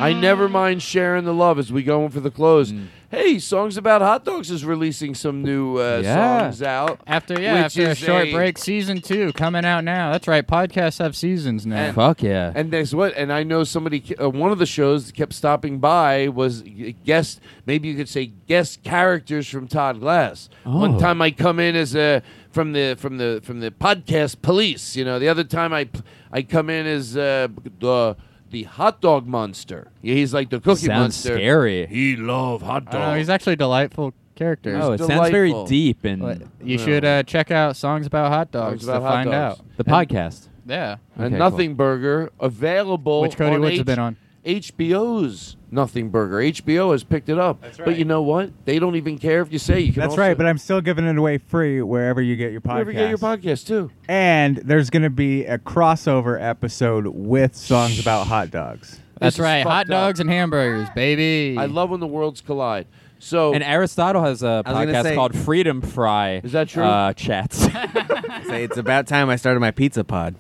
[SPEAKER 2] I never mind sharing the love as we go in for the close.
[SPEAKER 4] Mm.
[SPEAKER 2] Hey, songs about hot dogs is releasing some new uh,
[SPEAKER 6] Yeah.
[SPEAKER 2] songs out
[SPEAKER 6] After yeah,
[SPEAKER 2] which
[SPEAKER 6] after a
[SPEAKER 2] is
[SPEAKER 6] short
[SPEAKER 2] a-
[SPEAKER 6] break, season two coming out now. That's right, podcasts have seasons now.
[SPEAKER 2] And-
[SPEAKER 4] Fuck yeah.
[SPEAKER 2] And there's what? And I know somebody. ke- Uh, one of the shows that kept stopping by was g- guest. Maybe you could say guest characters from Todd Glass. One
[SPEAKER 4] Oh.
[SPEAKER 2] time I come in as a from the from the from the podcast police. You know. The other time I p- I come in as uh, the the hot dog monster. Yeah, he's like the cookie
[SPEAKER 4] Sounds
[SPEAKER 2] monster.
[SPEAKER 4] scary.
[SPEAKER 2] He love hot
[SPEAKER 6] I don't know,
[SPEAKER 2] dogs.
[SPEAKER 6] he's actually a delightful character.
[SPEAKER 4] Oh, it sounds very deep and-
[SPEAKER 6] But you should uh, check out songs about hot dogs
[SPEAKER 2] about
[SPEAKER 6] to
[SPEAKER 2] hot
[SPEAKER 6] find
[SPEAKER 2] dogs.
[SPEAKER 6] out.
[SPEAKER 4] The podcast.
[SPEAKER 6] Yeah.
[SPEAKER 2] and
[SPEAKER 6] Okay,
[SPEAKER 2] Nothing Burger available.
[SPEAKER 6] Which Cody
[SPEAKER 2] on
[SPEAKER 6] Woods has
[SPEAKER 2] H-
[SPEAKER 6] been on.
[SPEAKER 2] HBO's Nothing Burger. HBO has picked it up. That's right. But you know what? They don't even care if you say you can.
[SPEAKER 5] That's
[SPEAKER 2] also-
[SPEAKER 5] right, but I'm still giving it away free wherever you get your podcast.
[SPEAKER 2] Wherever you get your podcast too.
[SPEAKER 5] and there's going to be a crossover episode with songs about hot dogs.
[SPEAKER 2] This
[SPEAKER 6] That's
[SPEAKER 2] is
[SPEAKER 6] right,
[SPEAKER 2] fucked
[SPEAKER 6] hot
[SPEAKER 2] up.
[SPEAKER 6] dogs and hamburgers, baby.
[SPEAKER 2] I love when the worlds collide. So
[SPEAKER 4] And Aristotle has a
[SPEAKER 2] I was gonna
[SPEAKER 4] podcast
[SPEAKER 2] say-
[SPEAKER 4] called Freedom Fry. Is
[SPEAKER 2] that true?
[SPEAKER 4] Uh,
[SPEAKER 2] <laughs>
[SPEAKER 4] chats.
[SPEAKER 10] Say it's about time I started my pizza pod.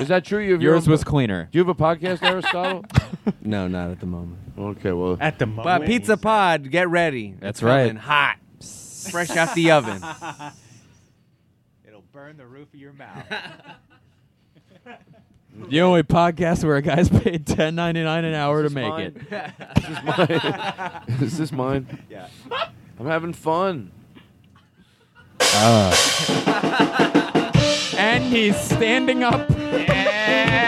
[SPEAKER 2] is that true? You have your
[SPEAKER 4] Yours
[SPEAKER 2] own-
[SPEAKER 4] was cleaner.
[SPEAKER 2] Do you have a
[SPEAKER 4] <laughs>
[SPEAKER 2] podcast, Aristotle?
[SPEAKER 10] No, not at the moment.
[SPEAKER 2] Okay, well.
[SPEAKER 5] At the
[SPEAKER 10] But pizza pod, get ready. It's
[SPEAKER 4] That's
[SPEAKER 10] coming
[SPEAKER 4] right.
[SPEAKER 10] Hot, <laughs> fresh out the oven.
[SPEAKER 5] <laughs> It'll burn the roof of your mouth.
[SPEAKER 4] The only podcast where a guy's <laughs> paid ten ninety nine an hour to
[SPEAKER 2] Is this
[SPEAKER 4] make
[SPEAKER 2] mine?
[SPEAKER 4] it.
[SPEAKER 2] Is <laughs> this mine? <laughs> Is this mine?
[SPEAKER 5] Yeah.
[SPEAKER 2] I'm having fun. Ah.
[SPEAKER 4] and he's standing up. Yeah.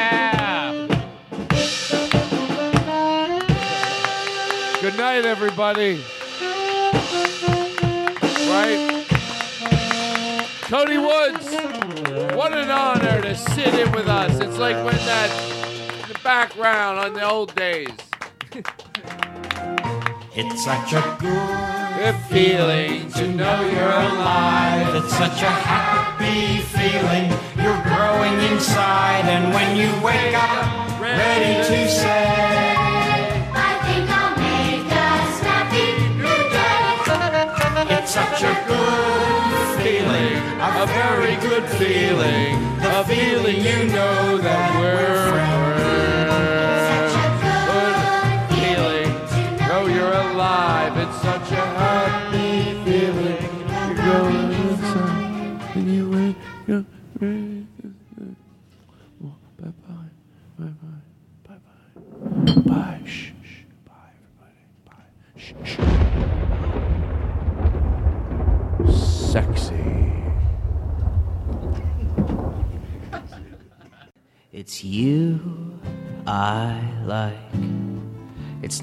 [SPEAKER 2] Good night, everybody. Right? Cody Woods, what an honor to sit in with us. It's like when that, the background on the old days.
[SPEAKER 3] It's such a
[SPEAKER 2] good feeling to know you're alive.
[SPEAKER 3] It's such a happy feeling. You're growing inside, and when you wake up, ready to say.
[SPEAKER 16] I think I'll make us happy today.
[SPEAKER 3] It's such a good feeling, a very good feeling, the feeling you know that we're friends.
[SPEAKER 2] Good feeling to know you're alive. It's such a happy feeling. You're going inside and you wait. You're ready. Bye bye. Bye bye. Bye bye. Bye. Shh. shh. Bye, everybody. Bye. Shh. shh. Sexy.
[SPEAKER 17] It's you I like. It's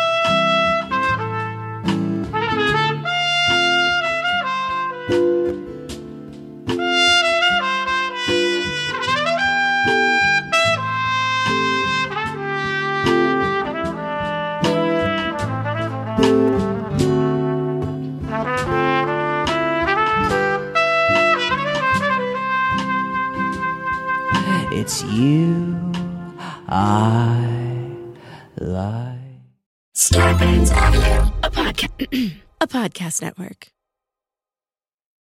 [SPEAKER 17] It's you I like.
[SPEAKER 18] Scarpins Audio, a podcast, a podcast network.